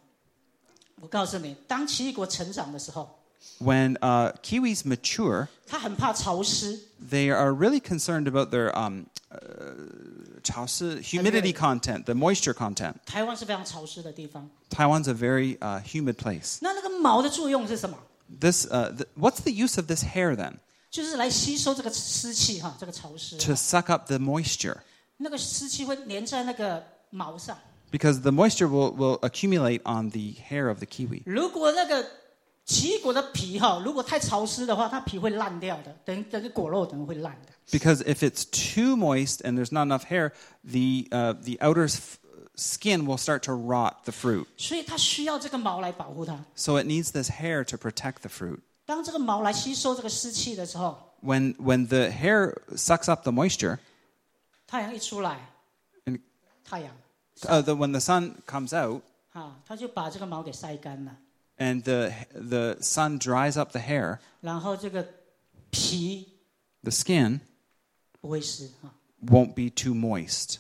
C: 我告诉你，当奇异果成长的时候，
D: When uh, kiwis mature,
C: 它很怕潮湿，
D: they are really concerned about their um, uh, 潮湿 humidity content, the moisture content.
C: 台湾是非常潮湿的地方。
D: Taiwan's a very uh, humid place.
C: 那那个毛的作用是什么？
D: This, uh, th- what's the use of this hair then?
C: 就是来吸收这个湿气哈，这个潮湿，
D: To suck up the moisture,
C: 那个湿气会粘在那个毛上。
D: because the moisture will, will accumulate on the hair of the kiwi.
C: 如果那个奇异果的皮哈，如果太潮湿的话，它皮会烂掉的，等等个果肉等于会烂的。
D: Because if it's too moist and there's not enough hair, the uh, the outer s- skin will start to rot the fruit.
C: 所以它需要这个毛来保护它。
D: So it needs this hair to protect the fruit.
C: 当这个毛来吸收这个湿气的时候，
D: When when the hair sucks up the moisture,
C: 太阳一出来，
D: and
C: 太阳
D: uh, the, when the sun comes out
C: 啊，它就把这个毛给晒干了，
D: and the the sun dries up the hair,
C: 然后这个皮
D: the skin
C: 不会湿啊。
D: won't be too moist.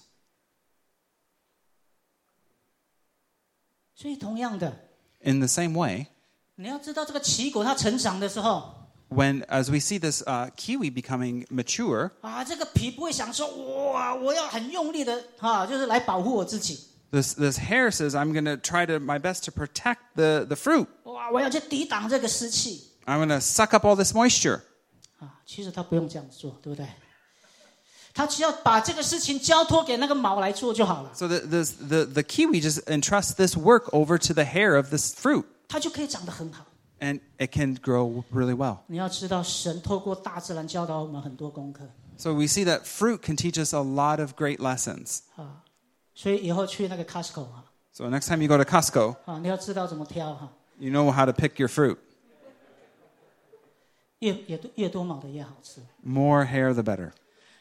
C: 所以同样的，
D: In the same way,
C: 你要知道这个奇异果它成长的时候
D: when as we see this uh, kiwi becoming mature,
C: 啊，这个皮不会想说哇，我要很用力的啊，就是来保护我自己，
D: this this hair says, "I'm going to try to my best to protect the the fruit."
C: 哇，我要去抵挡这个湿气
D: I'm going to suck up all this moisture.
C: 啊。其实它不用这样做，对不对？它只要把这个事情交托给那个毛来做就好了，
D: So the, this, the, the kiwi just entrusts this work over to the hair of this fruit,
C: 它就可以长得很好。
D: and it can grow really well.
C: 你要知道，神透过大自然教导我们很多功课
D: So we see that fruit can teach us a lot of great lessons.
C: 啊，所以以后去那个 Costco 啊，
D: So next time you go to Costco,
C: 啊，你要知道怎么挑哈、
D: you know how to pick your fruit.
C: 越越多越多毛的越好吃。
D: More hair, the better.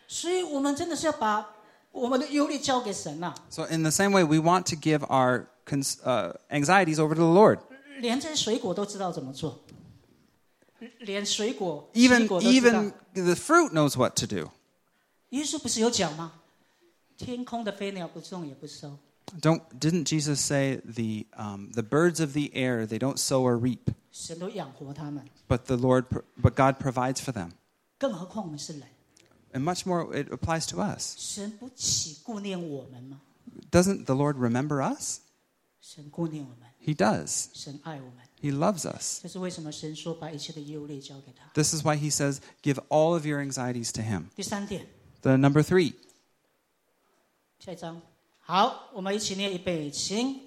C: 所以我们真的是要把我们的忧虑交给神啊呐、
D: So in the same way, we want to give our cons- uh, anxieties over to the Lord.
C: 连这些水果都知道怎么做，连水果、奇异
D: Even
C: 果都知道
D: even。the fruit knows what to do.
C: 耶稣不是有讲吗？天空的飞鸟不种也不收，
D: Don't didn't Jesus say the um, the birds of the air they don't sow or reap?
C: 神都养活他们，
D: but the Lord, but God provides for them.
C: 更何况我们是人？
D: And much more, it applies to us.
C: 神不岂顾念我们吗？
D: Doesn't the Lord remember us?
C: 神顾念我们，
D: He does.
C: 神爱我们。
D: He loves us.
C: 这是为什么神说把一切的忧虑交给他。
D: This is why He says, "Give all of your anxieties to Him."
C: 第三点，
D: The number three.
C: 下一章。好，我们一起念一备，请。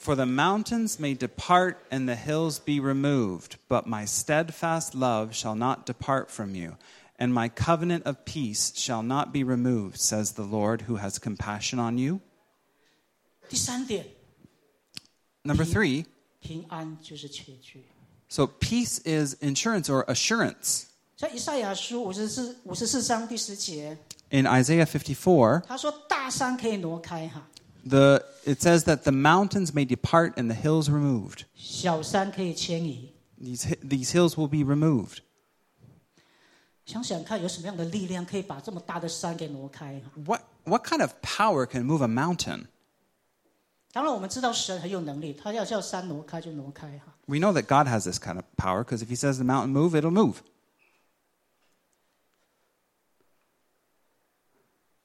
D: For the mountains may depart and the hills be removed, but my steadfast love shall not depart from you, and my covenant of peace shall not be removed, says the Lord who has compassion on you.
C: 第三点，
D: Number three.
C: 平安就是确据。
D: So peace is insurance or assurance.
C: 在以赛亚书五十四五十四章第十节，
D: In Isaiah 54,
C: 他说大山可以挪开哈，
D: The it says that the mountains may depart and the hills removed.
C: 小山可以迁移。
D: These hi- these hills will be removed.
C: 想想看，有什么样的力量可以把这么大的山给挪开哈？
D: What what kind of power can move a mountain?
C: 当然，我们知道神很有能力，他要叫山挪开就挪开哈。
D: We know that God has this kind of power because if He says the mountain move, it'll move.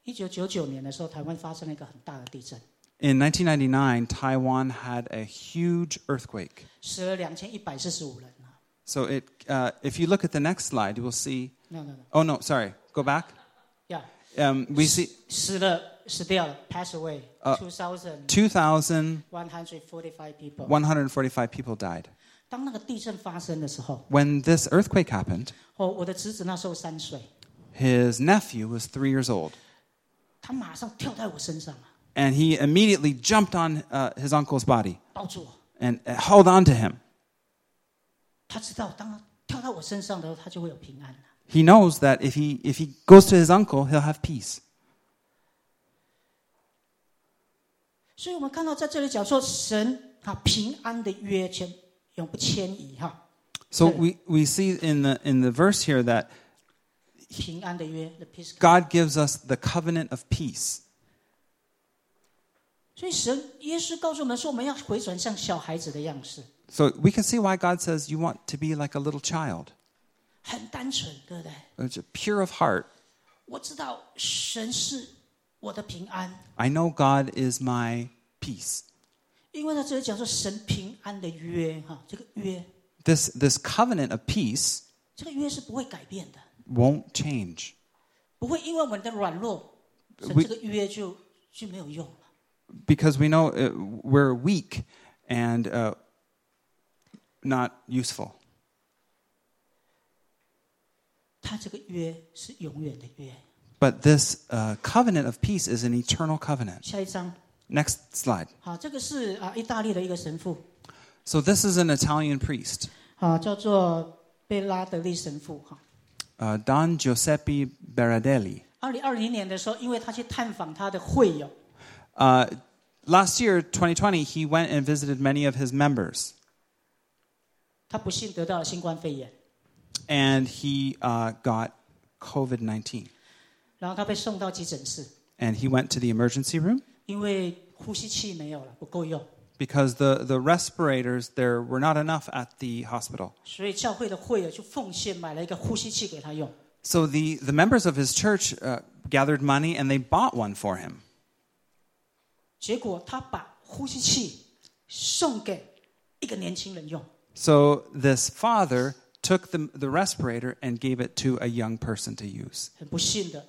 C: 一九九九年的时候，台湾发生了一个很大的地震，
D: In 1999, Taiwan had a huge earthquake.
C: 死了两千一百四十五人啊！
D: So it uh, if you look at the next slide, you will see.
C: 没有没有没
D: Oh no, sorry, go back.
C: 有呀
D: Um, we see
C: 死了死掉了，pass away
D: 呃
C: two thousand
D: 2,145
C: one hundred forty five people。
D: people died.
C: 当那个地震发生的时候，
D: When this earthquake happened,
C: 哦，我的侄子那时候三岁，
D: his nephew was three years old.
C: 他马上跳在我身上啊，
D: and he immediately jumped on uh, his uncle's body
C: 抱住我。
D: and uh, held on to him.
C: 他知道，当他跳到我身上的时候，他就会有平安了
D: He knows that if he, if he goes to his uncle, he'll have peace.
C: 所以我们看到在这里讲说，神啊平安的约签永不迁移哈，
D: So we, we see in the, in the verse here that
C: 平安的约 the peace。
D: God gives us the covenant of peace.
C: 所以神耶稣告诉我们说，我们要回转向小孩子的样式，
D: So we can see why God says you want to be like a little child,
C: 很单纯，对不对？
D: It's pure of heart.
C: 我知道神是我的平安，
D: I know God is my peace.
C: 因为他这里讲说神平安的约哈，这个约，
D: This, this covenant of peace
C: 这个约是不会改变的，
D: won't change
C: 不会因为我们的软弱，神
D: We-
C: 这个约就就没有用了。
D: because we know uh, we're weak and uh, not useful.
C: 他这个约是永远的约。
D: But this uh, covenant of peace is an eternal covenant.
C: 下一章，
D: Next slide.
C: 好，这个是啊意大利的一个神父，
D: So this is an Italian priest,
C: 啊叫做贝拉德利神父哈。
D: uh, Don Giuseppe Berardelli.
C: 二零二零年的时候，因为他去探访他的会友，
D: Uh, last year, 2020, he went and visited many of his members,
C: 他不幸得到了新冠肺炎，
D: and he uh, got COVID 19.
C: 然后他被送到急诊室，
D: And he went to the emergency room
C: 因为呼吸器没有了，不够用，
D: because the, the respirators, there were not enough at the hospital.
C: 所以教会的会友就奉献买了一个呼吸器给他用。
D: So the, the members of his church uh, gathered money and they bought one for him.
C: 结果他把呼吸器送给一个年轻人用，
D: So this father took the, the respirator and gave it to a young person to use.
C: 很不幸的，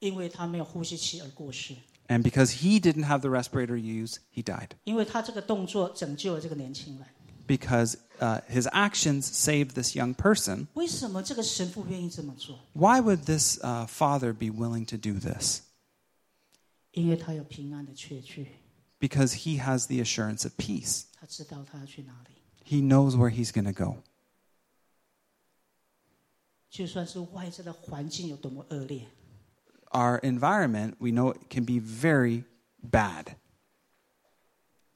C: 因为他没有呼吸器而过世。
D: And because he didn't have the respirator used, he died.
C: 因为他这个动作拯救了这个年轻人。
D: Because uh, his actions saved this young person.
C: 为什么这个神父愿意这么做？
D: Why would this uh, father be willing to do this?
C: 因为他有平安的确据，
D: Because he has the assurance of peace.
C: 他知道他要去哪里。
D: He knows where he's going to go.
C: 就算是外在的环境有多么恶劣，
D: Our environment, we know it can be very bad.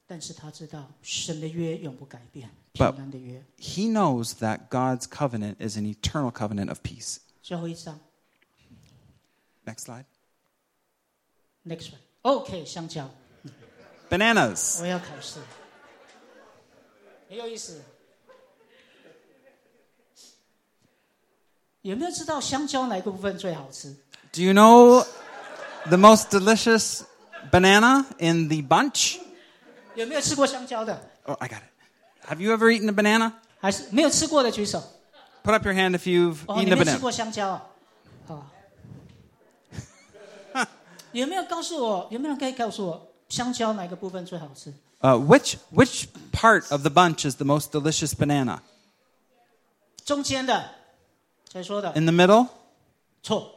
C: 但是他知道神的约永不改变，平
D: But-
C: 安的约。
D: he knows that God's covenant is an eternal covenant of peace.
C: 最后一张
D: Next slide.
C: ，next one。OK，香蕉，
D: Bananas.
C: 我要考试，很有意思。有没有知道香蕉哪一个部分最好吃？
D: Do you know the most delicious banana in the bunch?
C: 有没有吃过香蕉的？
D: Oh, I got it. Have you ever eaten a banana?
C: 还是没有吃过的举手。
D: Put up your hand if you've
C: 哦，你
D: eaten a
C: 没吃
D: banana.
C: 过香蕉啊？好， 有没有告诉我？有没有人可以告诉我，香蕉哪个部分最好吃？
D: Uh, which which part of the bunch is the most delicious banana?
C: 中间的，谁说的？
D: In the middle?
C: 错。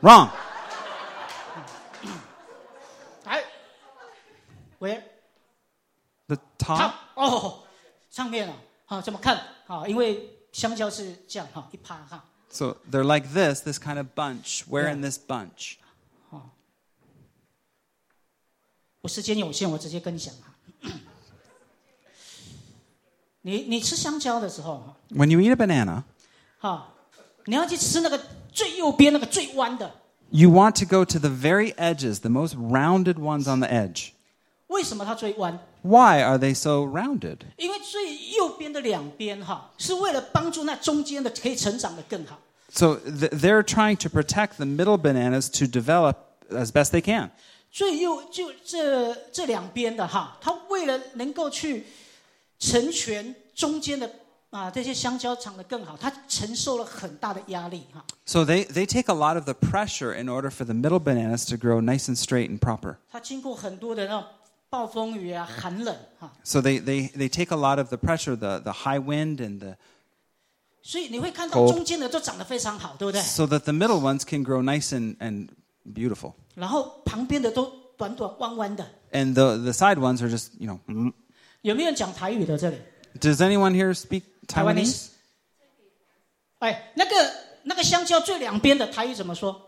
D: Wrong.
C: 哎，喂，
D: The
C: 他
D: top.
C: 哦，上面啊，啊，怎么看？啊，因为香蕉是这样哈，一趴哈，
D: So they're like this, this kind of bunch. Where in
C: Yeah.
D: this bunch?
C: 我时间有限，我直接跟你讲哈。你你吃香蕉的时候哈，
D: When you eat a banana,
C: 哈，你要去吃那个最右边那个最弯的。
D: You want to go to the very edges, the most rounded ones on the edge.
C: 为什么它最弯？
D: Why are they so rounded?
C: 因为最右边的两边哈，是为了帮助那中间的可以成长的更好。
D: So th- they're trying to protect the middle bananas to develop as best they can.
C: 最右就这这两边的哈，它为了能够去成全中间的啊这些香蕉长得更好，它承受了很大的压力哈，
D: So they, they take a lot of the pressure in order for the middle bananas to grow nice and straight and proper.
C: 它经过很多的那种暴风雨啊、寒冷哈，
D: So they, they, they take a lot of the pressure, the, the high wind, and the,
C: 所以你会看到
D: Cold
C: 中间的都长得非常好，对不对？
D: so that the middle ones can grow nice and, and beautiful.
C: 然后旁边的都短短弯弯的。
D: And the, the side ones are just, you know. mm-hmm.
C: 有没有人讲台语的这里？
D: Does anyone here speak Taiwanese?
C: Taiwanese 哎，那个那个香蕉最两边的台语怎么说？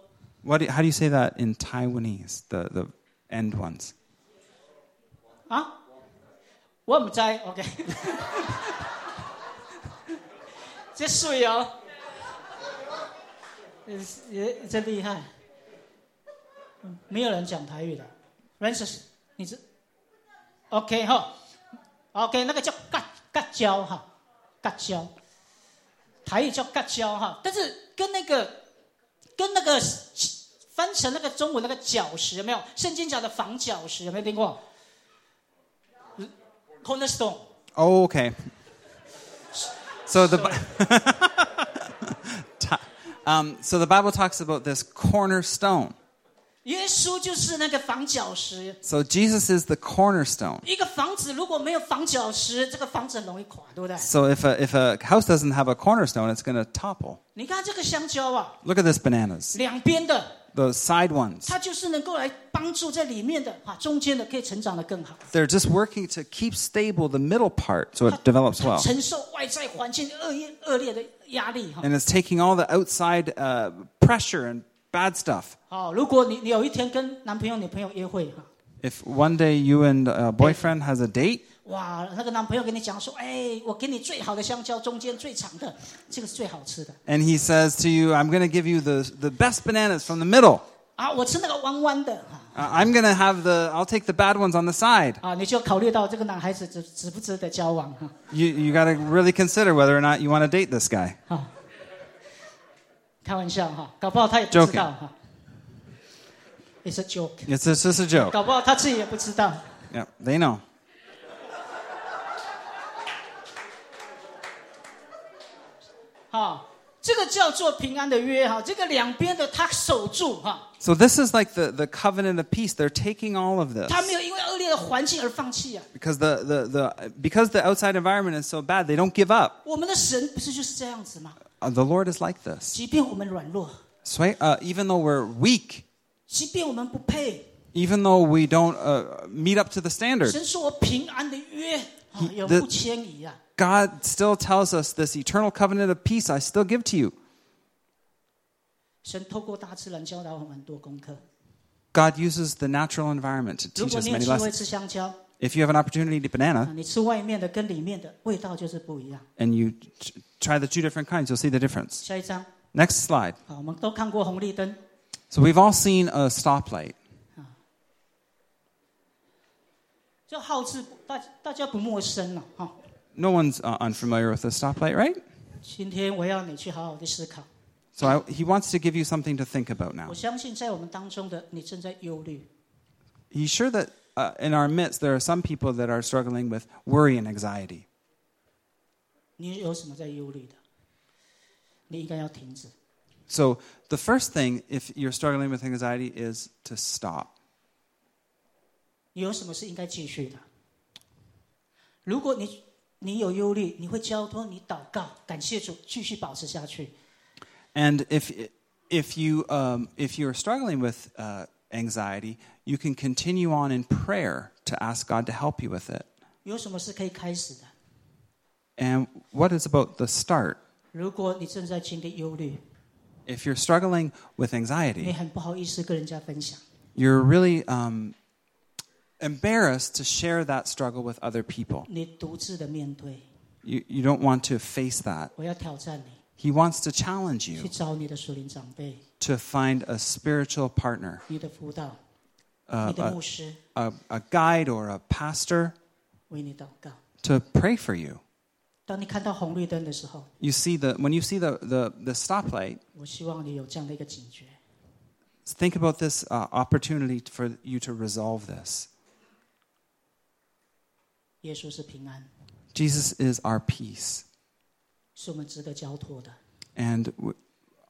D: What do, how do you say that in Taiwanese? The the end ones.
C: 啊？我唔知，OK。这水哦，也真厉害。嗯没有人讲台语的，Rances，你知？OK 哈，OK 那个叫嘎嘎胶哈，嘎胶，台语叫嘎胶哈，但是跟那个跟那个翻成那个中文那个角石有没有？圣经讲的防角石有没有听过？Cornerstone，
D: Oh, okay. So the Bi- Ta- um, so the Bible talks about this cornerstone.
C: 耶稣就是那个防角石。
D: So Jesus is the cornerstone.
C: 一个房子如果没有防角石，这个房子很容易垮，对不对？
D: So if a, if a house doesn't have a cornerstone, it's going to topple.
C: 你看这个香蕉啊，
D: Look at this bananas,
C: 两边的，
D: the side ones.
C: 它就是能够来帮助在里面的哈，中间的可以成长得更好。
D: They're just working to keep stable the middle part so
C: 它
D: it develops
C: 它
D: well.
C: 承受外在环境恶劣恶劣的压力哈。
D: And it's taking all the outside uh, pressure and bad stuff.
C: 好，如果你你有一天跟男朋友女朋友约会哈，
D: If one day you and a boyfriend has a date
C: 哇，那个男朋友跟你讲说，哎，我给你最好的香蕉，中间最长的，这个是最好吃的
D: and he says to you, I'm going to give you the, the best bananas from the middle.
C: 啊，我吃那个弯弯的哈。
D: Uh, I'm going to have the, I'll take the bad ones on the side.
C: 啊，你就考虑到这个男孩子值值不值得交往哈。
D: You, you got to really consider whether or not you want to date this guy.
C: 啊，开玩笑哈，搞不好他也不知道哈。It's a joke，
D: It's, it's just a joke.
C: 搞不好他自己也不知道。
D: Yeah, they know.
C: 哈，这个叫做平安的约哈，这个两边的他守住哈，
D: So this is like the, the covenant of peace. They're taking all of this
C: 他没有因为恶劣的环境而放弃啊。
D: because the, the, the, because the outside environment is so bad, they don't give up.
C: 我们的神不是就是这样子吗？
D: Uh, the Lord is like this.
C: 即便我们软弱，
D: So, uh, even though we're weak,
C: 即便我们不配，
D: even though we don't uh, meet up to the standard,
C: 神说我平安的约啊，永
D: the-
C: 不迁移啊。
D: God still tells us this eternal covenant of peace I still give to you.
C: 神透过大自然教导我们很多功课。
D: God uses the natural environment to
C: 如
D: teach
C: 果
D: us
C: 你有
D: many
C: 机会
D: lessons.
C: 吃香蕉，
D: If you have an opportunity to eat
C: 啊，
D: banana
C: 你吃外面的跟里面的味道就是不一样。
D: and you t- try the two different kinds, you'll see the difference.
C: 下一张，
D: Next slide.
C: 啊，我们都看过红绿灯，
D: So we've all seen a stoplight.
C: 就好字不大大家不陌生了哈、
D: No one's uh, unfamiliar with a stoplight, right?
C: 今天我要你去好好的思考，
D: So I, he wants to give you something to think about now.
C: 我相信在我们当中的你正在忧虑，
D: He's sure that uh, in our midst there are some people that are struggling with worry and anxiety.
C: 你有什么在忧虑的？你应该要停止，
D: So the first thing, if you're struggling with anxiety, is to stop.
C: 你有什么是应该继续的？如果你你有忧虑，你会交托，你祷告，感谢主，继续保持下去。
D: And if if you um, if you're struggling with uh, anxiety, you can continue on in prayer to ask God to help you with it.
C: 有什么是可以开始的？
D: And what is about the start?
C: 如果你正在经历忧虑，
D: If you're struggling with
C: 你
D: anxiety,
C: 很不好意思跟人家分享。
D: you're really um, embarrassed to share that struggle with other people.
C: 你独自的面对，
D: You, you don't want to face that.
C: 我要挑战你，
D: He wants to challenge
C: 去
D: you
C: 找你的属灵长辈、
D: to find a spiritual partner,
C: 你的辅导、
D: uh,
C: 你的
D: a,
C: 牧师，
D: a, a guide or a pastor
C: 为你祷告。
D: to pray for you.
C: 当你看到红绿灯的时候，
D: You see the when you see the, the, the stoplight,
C: 我希望你有这样的一个警觉。
D: think about this uh, opportunity for you to resolve this.
C: 耶稣是平安，
D: Jesus is our peace
C: 是我们值得交托的，
D: and w-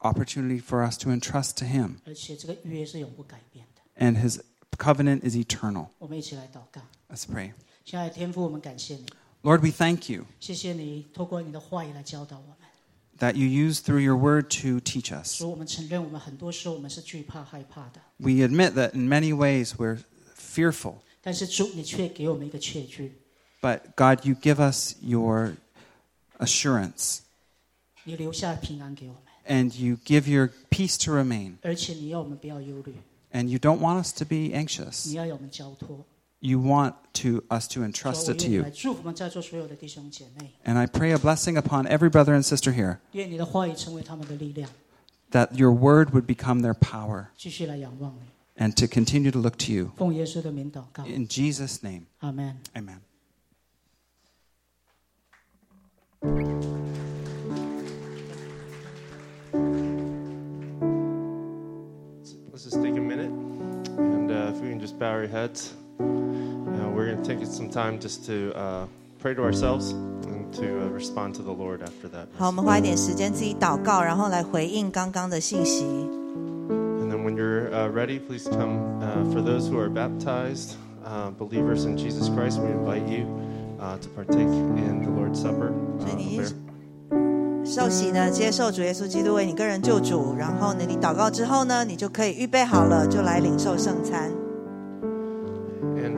D: opportunity for us to entrust to Him,
C: 而且这个约是永不改变的。
D: and His covenant is eternal.
C: 我们一起来祷告，
D: Let's pray.
C: 亲爱的天父，我们感谢你，
D: Lord, we thank you
C: 谢谢你透过你的话语来教导我们。
D: that you use through your word to teach us.
C: 所以我们承认，我们很多时候我们是惧怕、害怕的，
D: We admit that in many ways we're fearful,
C: 但是主，你却给我们一个确据，
D: but God, you give us your assurance.
C: 你留下平安给我们。
D: and you give your peace to remain.
C: 而且你要我们不要忧虑，
D: And you don't want us to be
C: 你
D: anxious.
C: 要要我们交托。
D: You want to us to entrust
C: 所以
D: it
C: 我
D: to
C: 愿意
D: you.
C: 来祝福我们在座所有的弟兄姐妹，
D: And I pray a blessing upon every brother and sister here
C: 愿你的话语成为他们的力量，
D: that your word would become their power
C: 继续来仰望你。
D: and to continue to look to you.
C: 奉耶稣的名祷告，
D: In Jesus' name,
C: 阿门。
D: amen.
E: Let's just take a minute, and uh, if we can just bow our heads, uh, we're going to take some time just to uh, pray to ourselves and to uh, respond to the Lord after that.
A: 好，我们花一点时间自己祷告，然后来回应刚刚的信息。
E: And then when you're uh, ready, please come. Uh, for those who are baptized uh, believers in Jesus Christ, we invite you uh, to partake in the Lord's Supper. Uh,
A: So these-
E: where-
A: 受洗呢，接受主耶稣基督为你个人救主，然后呢，你祷告之后呢，你就可以预备好了，就来领受圣餐。